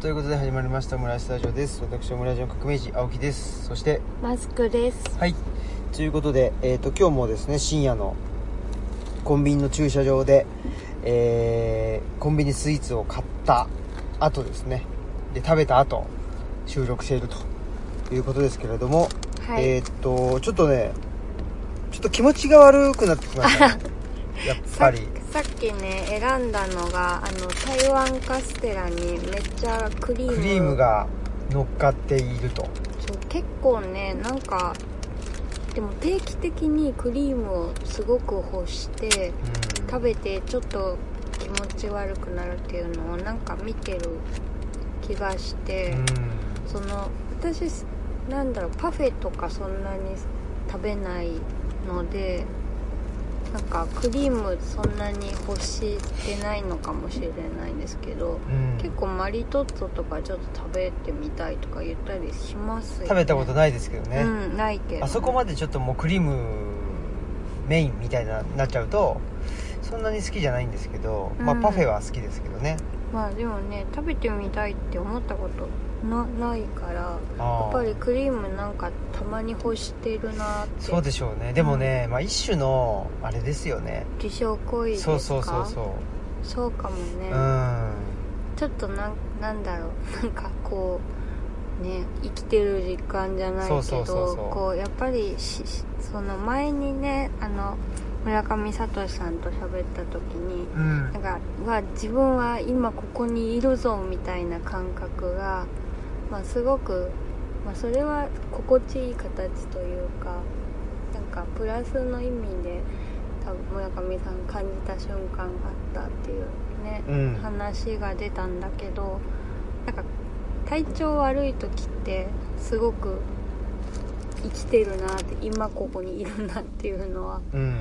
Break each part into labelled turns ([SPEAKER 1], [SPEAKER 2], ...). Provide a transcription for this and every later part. [SPEAKER 1] ということで始まりましたオムライスタジオです私オムライスの革命児青木ですそして
[SPEAKER 2] マスクです。
[SPEAKER 1] はいということで、えー、と今日もですね深夜のコンビニの駐車場で、えーコンビニスイーツを買った後ですねで食べた後収録しているということですけれども、
[SPEAKER 2] はい
[SPEAKER 1] えっ、とちょっとねちょっと気持ちが悪くなってきま したねやっぱ
[SPEAKER 2] さ
[SPEAKER 1] り
[SPEAKER 2] さっきね選んだのがあの台湾カステラにめっちゃクリーム
[SPEAKER 1] クリームが乗っかっていると
[SPEAKER 2] そう結構ねなんかでも定期的にクリームをすごく欲して
[SPEAKER 1] うん
[SPEAKER 2] 食べてちょっと気持ち悪くなるっていうのをなんか見てる気がして、
[SPEAKER 1] う
[SPEAKER 2] その私なんだろうパフェとかそんなに食べないのでなんかクリームそんなに欲してないのかもしれないんですけど
[SPEAKER 1] んうん
[SPEAKER 2] 結構マリトッツォとかちょっと食べてみたいとか言ったりしますよ、ね、
[SPEAKER 1] 食べたことないですけどね、
[SPEAKER 2] うんないけど
[SPEAKER 1] あそこまでちょっともうクリームメインみたいななっちゃうとそんなに好きじゃないんですけど、まあ
[SPEAKER 2] うん
[SPEAKER 1] パフェは好きですけどね
[SPEAKER 2] まあでもね食べてみたいって思ったことなないからや
[SPEAKER 1] や
[SPEAKER 2] っぱりクリームなんかたまに欲してるなって
[SPEAKER 1] そうでしょうねでもね、まあ一種のあれですよね
[SPEAKER 2] 自傷行為ですか
[SPEAKER 1] そうそうそうそ
[SPEAKER 2] そうかもね、
[SPEAKER 1] ううん
[SPEAKER 2] ちょっとなんなんだろう なんかこうね生きてる時間じゃないけど
[SPEAKER 1] そうそうそうそう
[SPEAKER 2] こうやっぱりししその前にねあの村上聡さんと喋った時に
[SPEAKER 1] うん
[SPEAKER 2] なんかは自分は今ここにいるぞみたいな感覚が、まあ、すごく、まあ、それは心地いい形というかなんかプラスの意味で多分村上さん感じた瞬間があったっていうね、
[SPEAKER 1] うん
[SPEAKER 2] 話が出たんだけどなんか体調悪い時ってすごく生きてるなって今ここにいるなっていうのは
[SPEAKER 1] うん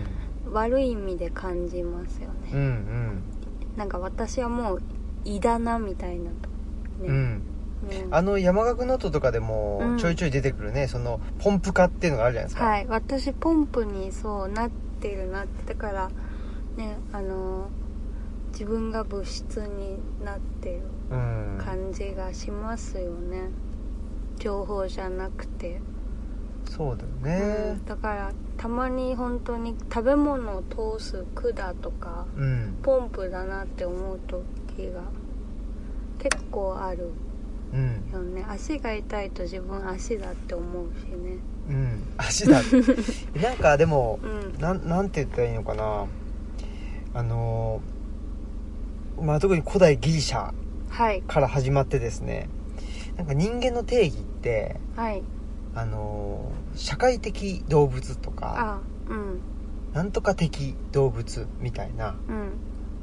[SPEAKER 2] 悪い意味で感じますよ
[SPEAKER 1] うんう
[SPEAKER 2] ね、
[SPEAKER 1] ん
[SPEAKER 2] なんか私はもう胃だなみたいなと
[SPEAKER 1] う
[SPEAKER 2] ね、
[SPEAKER 1] ん、
[SPEAKER 2] ね
[SPEAKER 1] あの山岳ノートとかでも
[SPEAKER 2] うん
[SPEAKER 1] ちょいちょい出てくるね、そのポンプ化っていうのがあるじゃないですか、
[SPEAKER 2] はい私ポンプにそうなってるなってだからねあの自分が物質になってる
[SPEAKER 1] うん、
[SPEAKER 2] 感じがしますよね情報じゃなくて、
[SPEAKER 1] そうだよ
[SPEAKER 2] う
[SPEAKER 1] ね
[SPEAKER 2] んだからたまに本当に食べ物を通す管とか
[SPEAKER 1] うん
[SPEAKER 2] ポンプだなって思う時が結構ある
[SPEAKER 1] うん
[SPEAKER 2] よね足が痛いと自分足だって思うしね
[SPEAKER 1] うん足だ なんかでも
[SPEAKER 2] うん
[SPEAKER 1] なんなんて言ったらいいのかなあのーまあ特に古代ギリシャ
[SPEAKER 2] はい
[SPEAKER 1] から始まってですねなんか人間の定義って
[SPEAKER 2] はい
[SPEAKER 1] あのー社会的動物とか
[SPEAKER 2] あうん
[SPEAKER 1] なんとか的動物みたいな
[SPEAKER 2] うん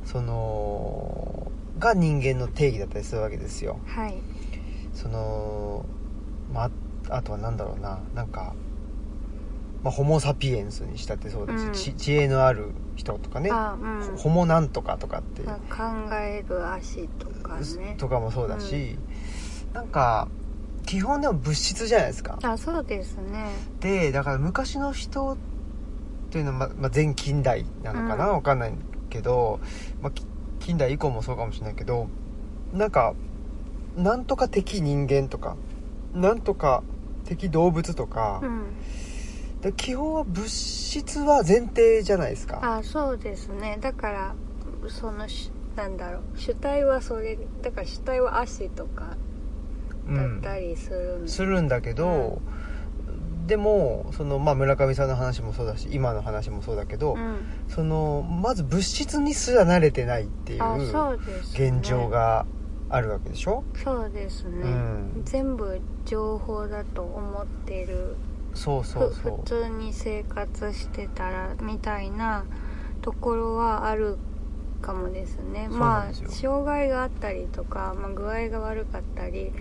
[SPEAKER 1] そのが人間の定義だったりするわけですよ
[SPEAKER 2] はい
[SPEAKER 1] そのまああとは何だろうななんか、まあ、ホモ・サピエンスにしたってそうだし、
[SPEAKER 2] うん
[SPEAKER 1] ち知恵のある人とかね
[SPEAKER 2] あうん
[SPEAKER 1] ホモなんとかとかって、
[SPEAKER 2] まあ考える足とかね
[SPEAKER 1] とかもそうだし、なんか基本でも物質じゃないですか
[SPEAKER 2] あそうですね
[SPEAKER 1] でだから昔の人っていうのは、ままあ、全近代なのかな、
[SPEAKER 2] うん
[SPEAKER 1] わかんないけど、まあ、き近代以降もそうかもしれないけどなんかなんとか敵人間とかなんとか敵動物とか
[SPEAKER 2] う、ん
[SPEAKER 1] で基本は物質は前提じゃないですか
[SPEAKER 2] あそうですねだからそのしなんだろう主体はそれだから主体は足とか
[SPEAKER 1] う
[SPEAKER 2] だ
[SPEAKER 1] ん
[SPEAKER 2] ったりするん
[SPEAKER 1] するんだけど、でもその、まあ、村上さんの話もそうだし今の話もそうだけど、
[SPEAKER 2] うん
[SPEAKER 1] そのまず物質にすら慣れてないってい
[SPEAKER 2] あ
[SPEAKER 1] う
[SPEAKER 2] そうですね
[SPEAKER 1] 現状があるわけでしょ
[SPEAKER 2] そうですね、
[SPEAKER 1] うん
[SPEAKER 2] 全部情報だと思ってる
[SPEAKER 1] そう
[SPEAKER 2] ふ
[SPEAKER 1] そうそ
[SPEAKER 2] 普
[SPEAKER 1] う
[SPEAKER 2] 通に生活してたらみたいなところはあるかもですね
[SPEAKER 1] そうな
[SPEAKER 2] ま
[SPEAKER 1] んで
[SPEAKER 2] あ
[SPEAKER 1] すよ
[SPEAKER 2] 障害があったりとか、まあ、具合が悪かったり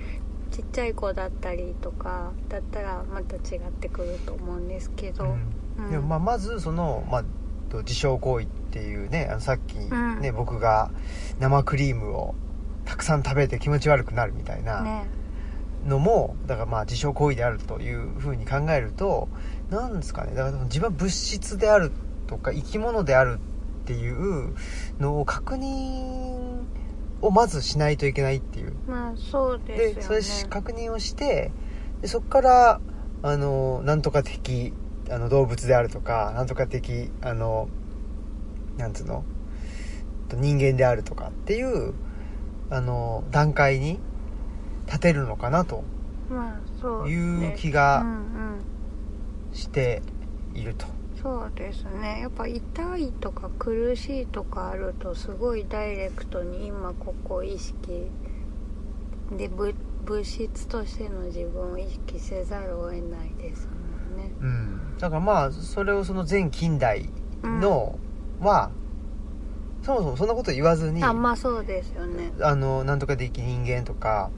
[SPEAKER 2] ちっちゃい子だったりとかだったらまた違ってくると思うんですけど、
[SPEAKER 1] う
[SPEAKER 2] うんん
[SPEAKER 1] でもまあまずその、まあ、と自傷行為っていうねあのさっきね、
[SPEAKER 2] うん
[SPEAKER 1] 僕が生クリームをたくさん食べて気持ち悪くなるみたいな、
[SPEAKER 2] ね
[SPEAKER 1] のもだからまあ自傷行為であるというふうに考えるとなんですかねだから自分は物質であるとか生き物であるっていうのを確認をまずしないといけないっていう
[SPEAKER 2] まあそうですよ
[SPEAKER 1] で
[SPEAKER 2] ね
[SPEAKER 1] それし確認をしてでそこからあのなんとか的あの動物であるとかなんとか的あのなんつうのと人間であるとかっていうあの段階に立てるのかなと
[SPEAKER 2] まあそうです
[SPEAKER 1] いう気
[SPEAKER 2] う
[SPEAKER 1] が
[SPEAKER 2] んうん
[SPEAKER 1] していると、
[SPEAKER 2] そうですねやっぱ痛いとか苦しいとかあるとすごいダイレクトに今ここ意識で物物質としての自分を意識せざるを得ないですもんね
[SPEAKER 1] うん、だからまあそれをその全近代のは、そもそもそんなこと言わずに
[SPEAKER 2] あまあそうですよね
[SPEAKER 1] あのなんとかでき人間とか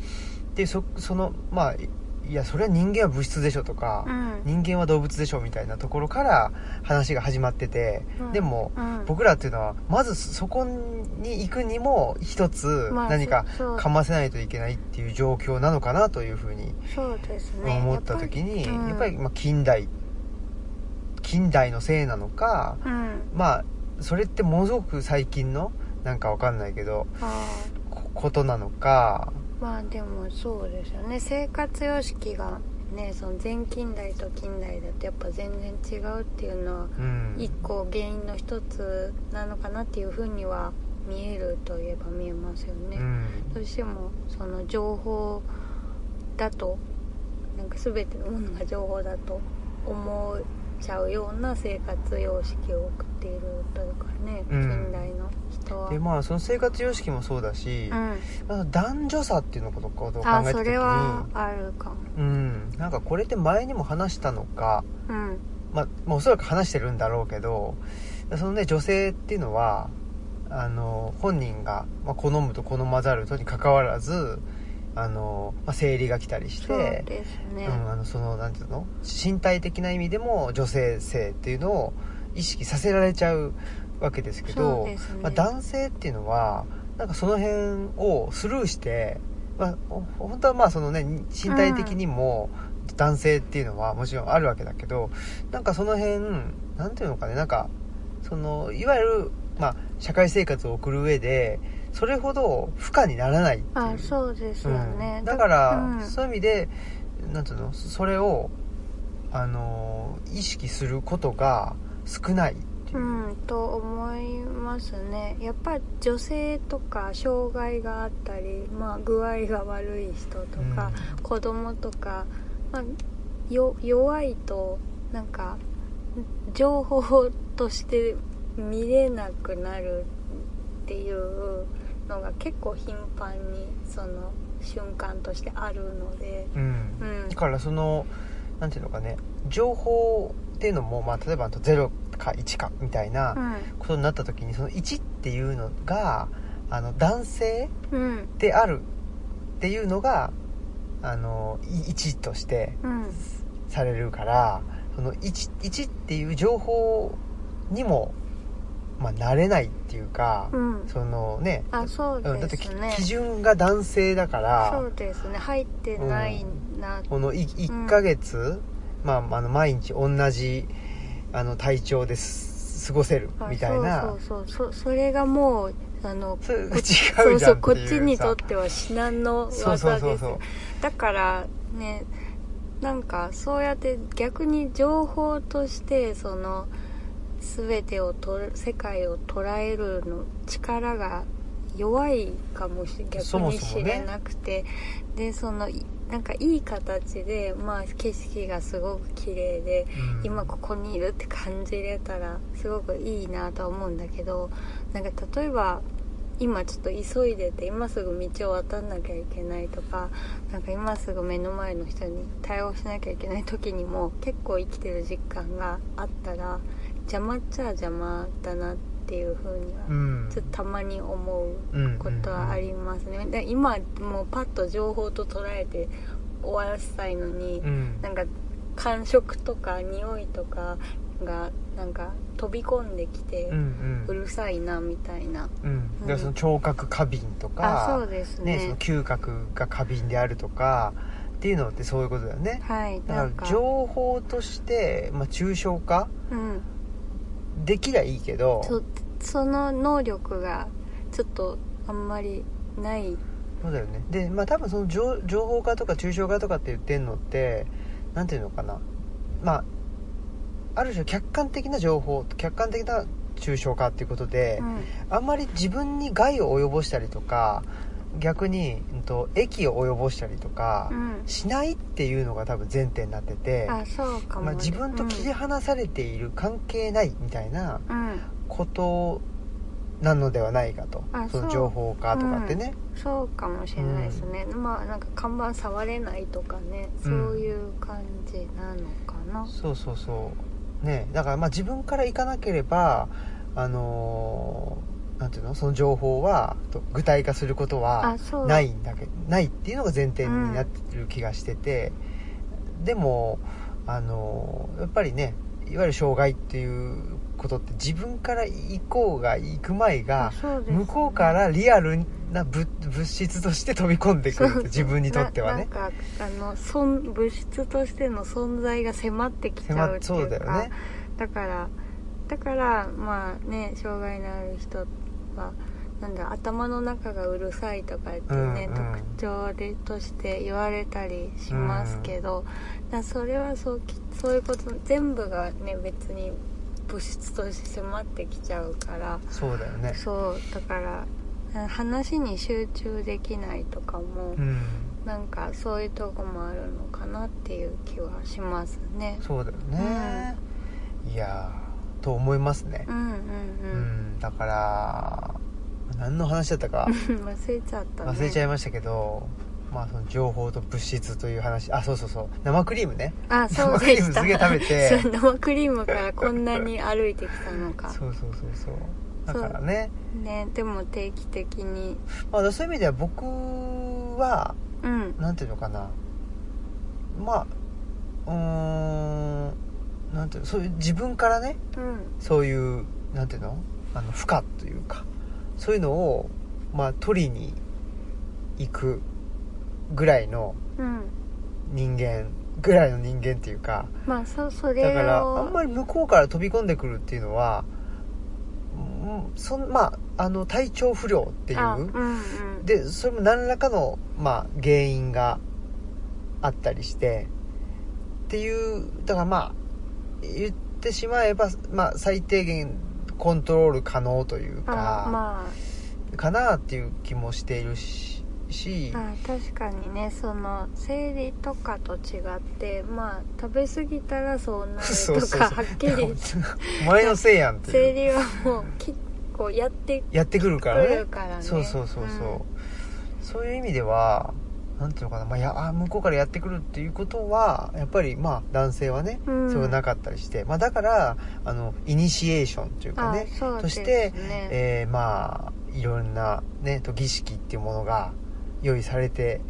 [SPEAKER 1] でそそのまあいいやそれは人間は物質でしょとか
[SPEAKER 2] う、ん
[SPEAKER 1] 人間は動物でしょみたいなところから話が始まってて、
[SPEAKER 2] うん
[SPEAKER 1] でも、
[SPEAKER 2] うん
[SPEAKER 1] 僕らっていうのはまずそそこに行くにも一つ
[SPEAKER 2] まあ
[SPEAKER 1] 何か
[SPEAKER 2] そう
[SPEAKER 1] かませないといけないっていう状況なのかなというふうに
[SPEAKER 2] そうですね
[SPEAKER 1] 思った時に、
[SPEAKER 2] やっぱり,、うん、
[SPEAKER 1] やっぱりまあ近代近代のせいなのか
[SPEAKER 2] うん
[SPEAKER 1] まあそれってものすごく最近のなんかわかんないけど
[SPEAKER 2] あ
[SPEAKER 1] こことなのか
[SPEAKER 2] ーまあでもそうですよね生活様式がねその前近代と近代だとやっぱ全然違うっていうのは
[SPEAKER 1] うん
[SPEAKER 2] 一個原因の一つなのかなっていうふうには見えるといえば見えますよね、
[SPEAKER 1] うん
[SPEAKER 2] どうしてもその情報だとなんか全てのものが情報だと思っちゃうような生活様式を送っているというかね、
[SPEAKER 1] うん
[SPEAKER 2] 近代の人は。
[SPEAKER 1] でまあその生活様式もそうだし、
[SPEAKER 2] う
[SPEAKER 1] あの男女差っていうのことことを
[SPEAKER 2] ん、
[SPEAKER 1] 考
[SPEAKER 2] あ
[SPEAKER 1] えた
[SPEAKER 2] そ
[SPEAKER 1] 時に
[SPEAKER 2] れはあるかも、
[SPEAKER 1] うんなんかこれって前にも話したのか、
[SPEAKER 2] うん、
[SPEAKER 1] まあ、まあおそらく話してるんだろうけどそのね女性っていうのはあの本人がまあ好むと好まざるとにかかわらずあの、まあ、生理が来たりし
[SPEAKER 2] そう
[SPEAKER 1] て
[SPEAKER 2] ですね、
[SPEAKER 1] うん、あのそのなんていうの身体的な意味でも女性性っていうのを意識させられちゃうわけですけ
[SPEAKER 2] そう
[SPEAKER 1] ど
[SPEAKER 2] ですね、
[SPEAKER 1] まあ、男性っていうのはなんかその辺をスルーして、まあ、ほ本当はまあそのね身体的にも男性っていうのはもちろんあるわけだけどなんかその辺なんていうのかねなんかそのいわゆる、まあ、社会生活を送る上でそれほど負荷にならないっていう
[SPEAKER 2] あそうですよね、
[SPEAKER 1] うん、だから、
[SPEAKER 2] うん
[SPEAKER 1] そういう意味でなんていうのそれをあのー意識することが少ないっていうう、
[SPEAKER 2] ん、と思いますねやっぱ女性とか障害があったり、まあ、具合が悪い人とか、子供とか、まあ、よ弱いとなんか情報として見れなくなるっていうのが結構頻繁にその瞬間としてあるので、
[SPEAKER 1] うん
[SPEAKER 2] う
[SPEAKER 1] うん
[SPEAKER 2] ん
[SPEAKER 1] だ、からそのなんていうのかね情報っていうのも、まあ、例えばあと0か1かみたいなことになった時にその1っていうのがあの男性
[SPEAKER 2] うんうん
[SPEAKER 1] であるっていうのがあの1として
[SPEAKER 2] うん
[SPEAKER 1] されるからその 1, 1っていう情報にも、まあ、慣れないっていうか、
[SPEAKER 2] うん
[SPEAKER 1] そのね
[SPEAKER 2] あそう
[SPEAKER 1] うんだって
[SPEAKER 2] で
[SPEAKER 1] き
[SPEAKER 2] すね
[SPEAKER 1] 基準が男性だか
[SPEAKER 2] そ
[SPEAKER 1] ら
[SPEAKER 2] うですね入ってないな、
[SPEAKER 1] このい1ヶ月、まあ、あの毎日同じあの体調です過ごせる
[SPEAKER 2] あ
[SPEAKER 1] みたいな
[SPEAKER 2] そうそうそうそそれがもうあの
[SPEAKER 1] それ違うじゃ
[SPEAKER 2] そ
[SPEAKER 1] んっていうう
[SPEAKER 2] そう
[SPEAKER 1] さ
[SPEAKER 2] こっちにとっては至難の
[SPEAKER 1] そうそう
[SPEAKER 2] 技
[SPEAKER 1] そう
[SPEAKER 2] です
[SPEAKER 1] そう
[SPEAKER 2] よだからねなんかそうやって逆に情報としてその全てをと世界を捉えるの力が弱いかもしれ
[SPEAKER 1] そ
[SPEAKER 2] 逆
[SPEAKER 1] も
[SPEAKER 2] に
[SPEAKER 1] そもね
[SPEAKER 2] 知れなくてでそのいなんかいい形でまあ景色がすごく綺麗で
[SPEAKER 1] うん
[SPEAKER 2] 今ここにいるって感じれたらすごくいいなとは思うんだけどなんか例えば今ちょっと急いでて今すぐ道を渡んなきゃいけないとかなんか今すぐ目の前の人に対応しなきゃいけない時にも結構生きてる実感があったら邪魔っちゃ邪魔だなっていう風には
[SPEAKER 1] うん
[SPEAKER 2] ちょっとたまに思う
[SPEAKER 1] うん
[SPEAKER 2] ことはありますねで今もうパッと情報と捉えて終わらせたいのに、
[SPEAKER 1] うん
[SPEAKER 2] なんか感触とか匂いとかがなんか飛び込んできて
[SPEAKER 1] うんうん
[SPEAKER 2] うるさいなみたいな、
[SPEAKER 1] うんだからその聴覚過敏と
[SPEAKER 2] あ
[SPEAKER 1] か
[SPEAKER 2] そうですね
[SPEAKER 1] ねその嗅覚が過敏であるとかっていうのってそういうことだよね
[SPEAKER 2] はい
[SPEAKER 1] だ
[SPEAKER 2] な
[SPEAKER 1] か
[SPEAKER 2] んから
[SPEAKER 1] 情報として、まあ、抽象化
[SPEAKER 2] うん、
[SPEAKER 1] できりゃいいけど
[SPEAKER 2] そその能力がちょっとあんまりない
[SPEAKER 1] そうだよねでまあ多分その情情報化とか抽象化とかって言ってんのってなんていうのかなまあある種客観的な情報客観的な抽象化っていうことで、
[SPEAKER 2] うん
[SPEAKER 1] あんまり自分に害を及ぼしたりとか逆に、うん、と益を及ぼしたりとか、
[SPEAKER 2] うん
[SPEAKER 1] しないっていうのが多分前提になってて
[SPEAKER 2] あそうかも、
[SPEAKER 1] まあ、自分と切り離されている関係ないみたいな
[SPEAKER 2] うん、うん
[SPEAKER 1] ことなのではないかと
[SPEAKER 2] あ
[SPEAKER 1] その
[SPEAKER 2] そう
[SPEAKER 1] 情報化とかってね、
[SPEAKER 2] そうかもしれないですね、まあなんか看板触れないとかね
[SPEAKER 1] うん
[SPEAKER 2] そういう感じなのかな、
[SPEAKER 1] そうそうそうねだからまあ自分から行かなければあのーなんていうのその情報はと具体化することは
[SPEAKER 2] あそう
[SPEAKER 1] ないんだけないっていうのが前提になってる気がしてて、でもあのやっぱりねいわゆる障害っていうことって自分から行こうが行く前が
[SPEAKER 2] そうですね
[SPEAKER 1] 向こうからリアルな物物質として飛び込んでくるって
[SPEAKER 2] そう
[SPEAKER 1] 自分にとってはね
[SPEAKER 2] ななんかあの存物質としての存在が迫ってきちゃうって
[SPEAKER 1] そ
[SPEAKER 2] いうう
[SPEAKER 1] だ
[SPEAKER 2] か
[SPEAKER 1] よね
[SPEAKER 2] だからだからまあね障害のある人はなんだ頭の中がうるさいとかってね、
[SPEAKER 1] うんうん
[SPEAKER 2] 特徴でとして言われたりしますけど、だからそれはそうきそういうこと全部がね別に物質として迫ってきちゃうから
[SPEAKER 1] そうだよね
[SPEAKER 2] そうだから話に集中できないとかも、
[SPEAKER 1] うん
[SPEAKER 2] なんかそういうとこもあるのかなっていう気はしますね
[SPEAKER 1] そうだよね、いやーと思いますね
[SPEAKER 2] うんうん
[SPEAKER 1] うん、
[SPEAKER 2] うん
[SPEAKER 1] だから何の話だったか
[SPEAKER 2] 忘れちゃった、ね、
[SPEAKER 1] 忘れちゃいましたけど、まあその情報と物質という話あそうそうそう生クリームね
[SPEAKER 2] あそうで
[SPEAKER 1] 生クリ
[SPEAKER 2] した
[SPEAKER 1] ームすげえ食べて
[SPEAKER 2] そう生クリームからこんなに歩いてきたのか
[SPEAKER 1] そうそうそうそうだ
[SPEAKER 2] そう
[SPEAKER 1] からね
[SPEAKER 2] ねでも定期的に
[SPEAKER 1] まあそういう意味では僕は
[SPEAKER 2] うん
[SPEAKER 1] なんていうのかなまあうーんなんていうのそういう自分からね
[SPEAKER 2] うん
[SPEAKER 1] そういうなんていうのあの負荷というかそういうのを、まあ、取りに行くぐらいの
[SPEAKER 2] うん
[SPEAKER 1] 人間ぐらいの人間っていうか
[SPEAKER 2] まあそそれを
[SPEAKER 1] だからあんまり向こうから飛び込んでくるっていうのは、うん、そんまああの体調不良ってい
[SPEAKER 2] あうん
[SPEAKER 1] う
[SPEAKER 2] うん
[SPEAKER 1] でそれも何らかの、まあ、原因があったりしてっていうだからまあ言ってしまえば、まあ、最低限コントロール可能というか、
[SPEAKER 2] あまあ
[SPEAKER 1] かなっていう気もしているしし
[SPEAKER 2] あ確かにねその生理とかと違ってまあ食べ過ぎたらそうなると か
[SPEAKER 1] そうそうそう
[SPEAKER 2] はっきり
[SPEAKER 1] お前のせいやんって
[SPEAKER 2] 生
[SPEAKER 1] いう
[SPEAKER 2] 理はもう結構やって
[SPEAKER 1] やってくるから
[SPEAKER 2] く
[SPEAKER 1] ね
[SPEAKER 2] るからね
[SPEAKER 1] そうそうそうそう、そういう意味ではなんていうのかな、まあ、やあ向こうからやってくるっていうことはやっぱりまあ男性はね、
[SPEAKER 2] うん
[SPEAKER 1] それがなかったりして、まあ、だからあのイニシエーションというか
[SPEAKER 2] あ
[SPEAKER 1] ね
[SPEAKER 2] そう
[SPEAKER 1] と
[SPEAKER 2] です
[SPEAKER 1] して、
[SPEAKER 2] ね
[SPEAKER 1] えーまあいろんな、ね、と儀式っていうものが用意されて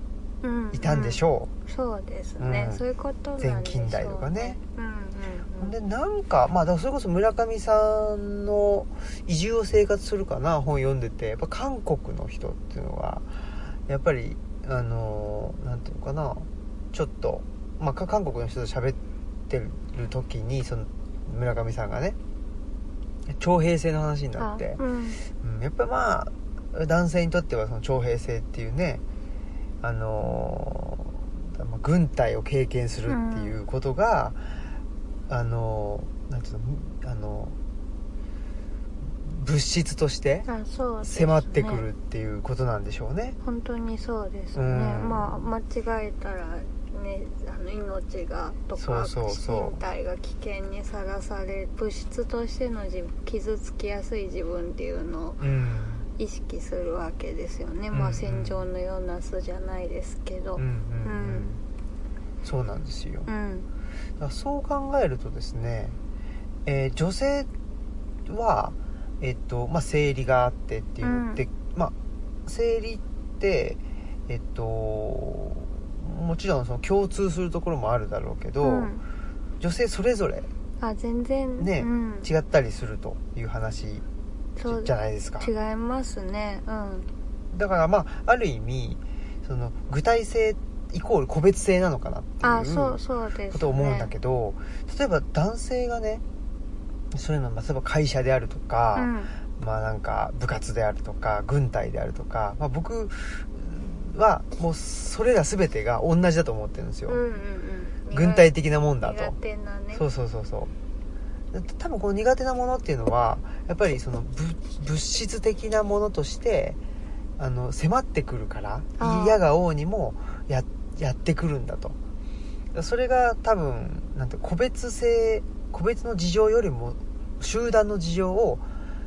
[SPEAKER 1] いたんでし
[SPEAKER 2] ょ
[SPEAKER 1] ょ
[SPEAKER 2] うん、そうですね、
[SPEAKER 1] うん
[SPEAKER 2] そういうことなんでしょう、ね、
[SPEAKER 1] 前近代とかね
[SPEAKER 2] うん
[SPEAKER 1] う、
[SPEAKER 2] うんうん
[SPEAKER 1] でなんか,、まあ、だからそれこそ村上さんの「移住を生活するかな」本読んでてやっぱ韓国の人っていうのはやっぱりあのーなんていうのかなちょっと、まあ、か韓国の人と喋ってる時にその村上さんがね徴兵制の話にな
[SPEAKER 2] あ
[SPEAKER 1] って。
[SPEAKER 2] うん
[SPEAKER 1] うん、やっぱまあ男性にとってはその徴兵制っていうねあのーまあ軍隊を経験するっていうことが、あのーなんていうのあのー物質として
[SPEAKER 2] あそうですね
[SPEAKER 1] 迫ってくるっていうことなんでしょうね。
[SPEAKER 2] 本当にそうですね、
[SPEAKER 1] うん
[SPEAKER 2] まあ間違えたらねあの命がとか
[SPEAKER 1] そうそうそう
[SPEAKER 2] 身体が危険にさらされ物質としての自分傷つきやすい自分っていうのを
[SPEAKER 1] うん
[SPEAKER 2] 意識するわけですよね、
[SPEAKER 1] うん
[SPEAKER 2] ま
[SPEAKER 1] うん
[SPEAKER 2] あ戦場のような巣じゃないですけど
[SPEAKER 1] うんうんうん
[SPEAKER 2] うん
[SPEAKER 1] そうなんですよ。
[SPEAKER 2] うん
[SPEAKER 1] だからそう考えるとですね、えー女性は、えっとまあ、生理があってっていうのって、まあ、生理って、えっと、もちろんその共通するところもあるだろうけど、
[SPEAKER 2] うん
[SPEAKER 1] 女性それぞれ
[SPEAKER 2] あ全然
[SPEAKER 1] ね
[SPEAKER 2] うん、
[SPEAKER 1] 違ったりするという話じ
[SPEAKER 2] そう
[SPEAKER 1] じゃないですか
[SPEAKER 2] 違いますねうん
[SPEAKER 1] だからまあある意味その具体性イコール個別性なのかなっていう
[SPEAKER 2] あそうそうです、ね、
[SPEAKER 1] ことを思うんだけど、例えば男性がねそういうのはまあ例えば会社であるとか、
[SPEAKER 2] うん
[SPEAKER 1] まあなんか部活であるとか軍隊であるとか、まあ、僕はもうそれら全てが同じだと思ってるんですよ、
[SPEAKER 2] うんうんうん
[SPEAKER 1] 軍隊的なもんだと
[SPEAKER 2] 苦手なね
[SPEAKER 1] そうそうそうそうだ多分この苦手なものっていうのはやっぱりそのぶ物質的なものとしてあの迫ってくるから
[SPEAKER 2] あー
[SPEAKER 1] 嫌が王にもややってくるんだとそれが多分なんて個別性個別の事情よりも集団の事情を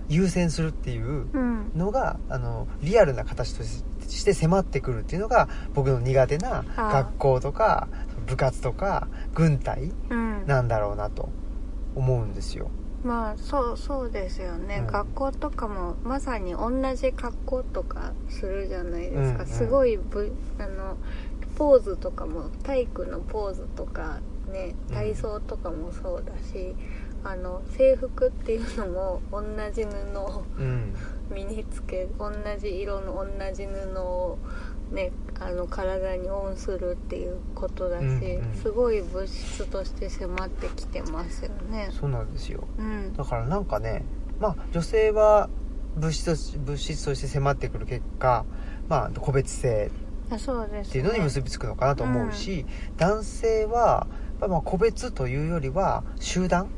[SPEAKER 1] 優先するっていう
[SPEAKER 2] うん
[SPEAKER 1] のがあのリアルな形として迫ってくるっていうのが僕の苦手な
[SPEAKER 2] あー
[SPEAKER 1] 学校とか部活とか軍隊
[SPEAKER 2] うん
[SPEAKER 1] なんだろうなと思うんですよ
[SPEAKER 2] まあそうそうですよね、
[SPEAKER 1] うん
[SPEAKER 2] 学校とかもまさに同じ格好とかするじゃないですか、
[SPEAKER 1] うんうん
[SPEAKER 2] すごいぶあのポーズとかも体育のポーズとかね
[SPEAKER 1] うん
[SPEAKER 2] 体操とかもそうだし、あの制服っていうのも同じ布を
[SPEAKER 1] うん
[SPEAKER 2] 身につけ同じ色の同じ布を、ね、あの体にオンするっていうことだし、
[SPEAKER 1] うんうん
[SPEAKER 2] すごい物質として迫ってきてますよね。
[SPEAKER 1] そうなんですよ
[SPEAKER 2] うん
[SPEAKER 1] だからなんかねまあ女性は物質とし物質として迫ってくる結果まあ個別性
[SPEAKER 2] あそうです、ね、
[SPEAKER 1] っていうのに結びつくのかなと思うし、男性はまあまあ個別というよりは集団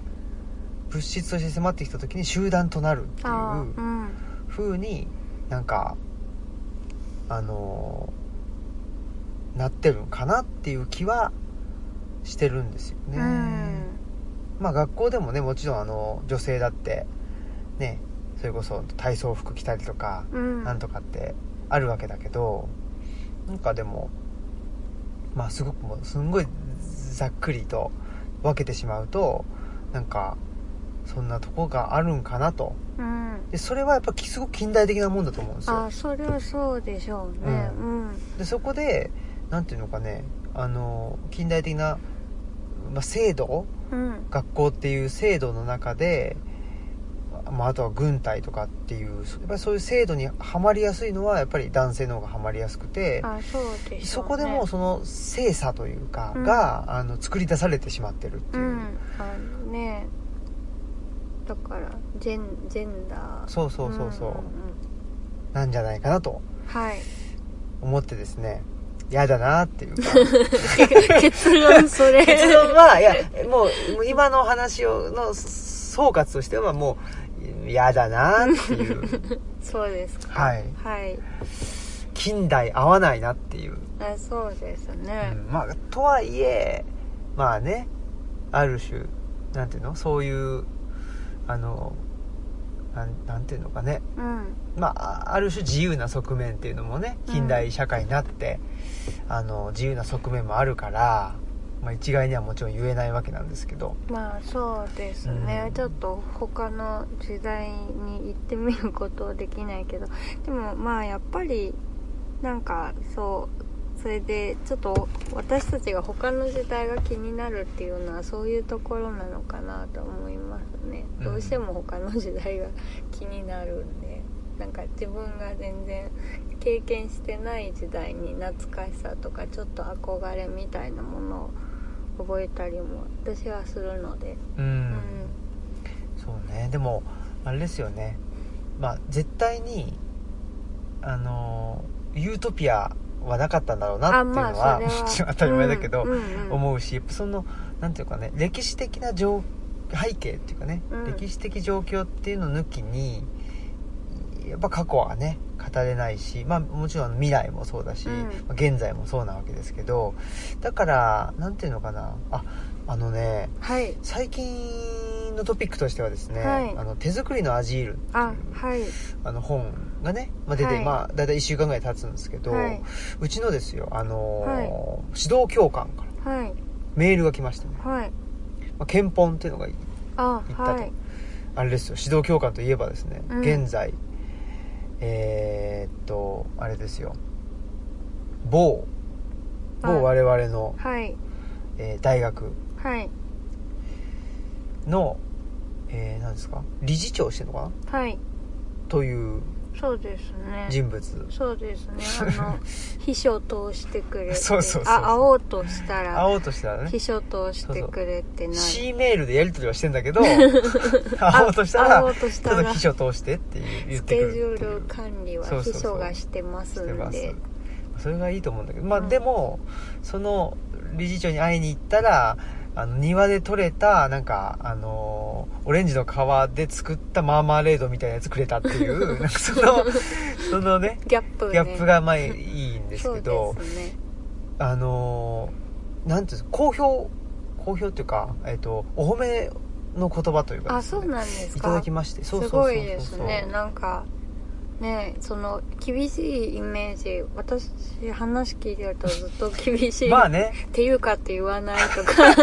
[SPEAKER 1] 物質として迫ってきた時に集団となるってい
[SPEAKER 2] あ
[SPEAKER 1] う
[SPEAKER 2] ーうん
[SPEAKER 1] 風になんかあのーなってるのかなっていう気はしてるんですよね、
[SPEAKER 2] うん
[SPEAKER 1] まあ学校でもねもちろんあの女性だってねそれこそ体操服着たりとか、
[SPEAKER 2] うん
[SPEAKER 1] なんとかってあるわけだけどなんかでもまあすごくもうすんごいざっくりと分けてしまうとなんかそんなとこがあるんかなと
[SPEAKER 2] うん
[SPEAKER 1] でそれはやっぱすごく近代的なもんだと思うんです
[SPEAKER 2] あ
[SPEAKER 1] よ
[SPEAKER 2] ーそれはそうでしょうね
[SPEAKER 1] う
[SPEAKER 2] うん、
[SPEAKER 1] でそこでなんていうのかねあの近代的な、まあ、制度
[SPEAKER 2] うん
[SPEAKER 1] 学校っていう制度の中で、まあ、あとは軍隊とかっていうやっぱりそういう制度にはまりやすいのはやっぱり男性の方がはまりやすくて
[SPEAKER 2] あそうでしょう、ね、
[SPEAKER 1] そこでもうその性差というか
[SPEAKER 2] うん
[SPEAKER 1] が、あの作り出されてしまってるって
[SPEAKER 2] う
[SPEAKER 1] いう、
[SPEAKER 2] んあのねだからジェンジェンダー
[SPEAKER 1] そうそうそうそう、
[SPEAKER 2] んんん
[SPEAKER 1] なんじゃないかなと
[SPEAKER 2] はい
[SPEAKER 1] 思ってですね嫌だなっていうか
[SPEAKER 2] 結論それ
[SPEAKER 1] 結論はいやもうもう今の話をの総括としてはもう嫌だなっていう
[SPEAKER 2] そうですか
[SPEAKER 1] はい
[SPEAKER 2] はい
[SPEAKER 1] 近代合わないなっていう
[SPEAKER 2] あそうですね、
[SPEAKER 1] うんまあ、とはいえまあねある種なんていうのそういうあのなんなんていうのかね
[SPEAKER 2] うん
[SPEAKER 1] まああある種自由な側面っていうのもね
[SPEAKER 2] うん
[SPEAKER 1] 近代社会になって、あの自由な側面もあるから、まあ、一概にはもちろん言えないわけなんですけど
[SPEAKER 2] まあそうですね、
[SPEAKER 1] うん
[SPEAKER 2] ちょっと他の時代に行ってみることはできないけどでもまあやっぱりなんかそうそれでちょっと私たちが他の時代が気になるっていうのはそういうところなのかなと思いますね、
[SPEAKER 1] うん
[SPEAKER 2] どうしても他の時代が気になるんでなんか自分が全然経験してない時代に懐かしさとかちょっと憧れみたいなものを覚えたりも私はするので
[SPEAKER 1] うん、
[SPEAKER 2] うん
[SPEAKER 1] そうねでもあれですよねまあ絶対にあのユートピアはなかったんだろうなっていうのは,、 当たり前だけど、
[SPEAKER 2] うんうんうん
[SPEAKER 1] 思うしやっぱそのなんていうかね歴史的な状背景っていうかね、
[SPEAKER 2] うん
[SPEAKER 1] 歴史的状況っていうの抜きにやっぱ過去はね語れないし、まあ、もちろん未来もそうだし、
[SPEAKER 2] うん
[SPEAKER 1] まあ現在もそうなわけですけどだからなんていうのかなああのね
[SPEAKER 2] はい
[SPEAKER 1] 最近のトピックとしてはですね、
[SPEAKER 2] はい
[SPEAKER 1] あの手作りのアジールっていう
[SPEAKER 2] あはい
[SPEAKER 1] あの本がね、まあ、出て、
[SPEAKER 2] はい
[SPEAKER 1] まあ、だいたい1週間ぐらい経つんですけど、
[SPEAKER 2] はいう
[SPEAKER 1] ちのですよ、あのー
[SPEAKER 2] はい
[SPEAKER 1] 指導教官から
[SPEAKER 2] はい
[SPEAKER 1] メールが来ましたね、
[SPEAKER 2] はい
[SPEAKER 1] まあ、憲法っていうのが
[SPEAKER 2] あ
[SPEAKER 1] 行ったと
[SPEAKER 2] はい
[SPEAKER 1] あれですよ指導教官といえばですね、
[SPEAKER 2] うん
[SPEAKER 1] 現在えーっとあれですよ某某
[SPEAKER 2] はい
[SPEAKER 1] 我々の、
[SPEAKER 2] はい
[SPEAKER 1] えー大学
[SPEAKER 2] はい
[SPEAKER 1] の、えー、なんですか理事長をしてるのかな
[SPEAKER 2] はい
[SPEAKER 1] という
[SPEAKER 2] そうですね
[SPEAKER 1] 人物
[SPEAKER 2] そうですね あの秘書通してくれて
[SPEAKER 1] そうそうそうそう
[SPEAKER 2] あ会おうとした
[SPEAKER 1] 会
[SPEAKER 2] ら
[SPEAKER 1] おうとしたらね
[SPEAKER 2] 秘書通してくれてない
[SPEAKER 1] C メールでやり取りはしてんだけ ど会おうとした
[SPEAKER 2] 会お
[SPEAKER 1] ら
[SPEAKER 2] うとし
[SPEAKER 1] ち
[SPEAKER 2] た
[SPEAKER 1] ょっ
[SPEAKER 2] ら
[SPEAKER 1] と秘書通してっていう言っ
[SPEAKER 2] ス
[SPEAKER 1] てく
[SPEAKER 2] ケ
[SPEAKER 1] る
[SPEAKER 2] ジュール管理は
[SPEAKER 1] そうそ
[SPEAKER 2] 秘
[SPEAKER 1] うそう
[SPEAKER 2] 書がしてます
[SPEAKER 1] して
[SPEAKER 2] ん
[SPEAKER 1] ます
[SPEAKER 2] で
[SPEAKER 1] それがいいと思うんだけどまあ、
[SPEAKER 2] うん
[SPEAKER 1] でもその理事長に会いに行ったらあの庭で採れたなんかあのオレンジの皮で作ったマーマレードみたいなやつくれたっていうなんかそ のそのね
[SPEAKER 2] ギャップね
[SPEAKER 1] ギャップがまあいいんですけど
[SPEAKER 2] そうですね
[SPEAKER 1] あのなんていうんですか好評好評っていうか、えっとお褒めの言葉というか
[SPEAKER 2] あ
[SPEAKER 1] ですね、
[SPEAKER 2] そうなんです
[SPEAKER 1] いただ
[SPEAKER 2] か
[SPEAKER 1] きましてそうそ
[SPEAKER 2] す
[SPEAKER 1] うそうそう
[SPEAKER 2] ごいですねなんかねその厳しいイメージ私話聞いてるとずっと厳しい、
[SPEAKER 1] まあね
[SPEAKER 2] っていうかって言わない とか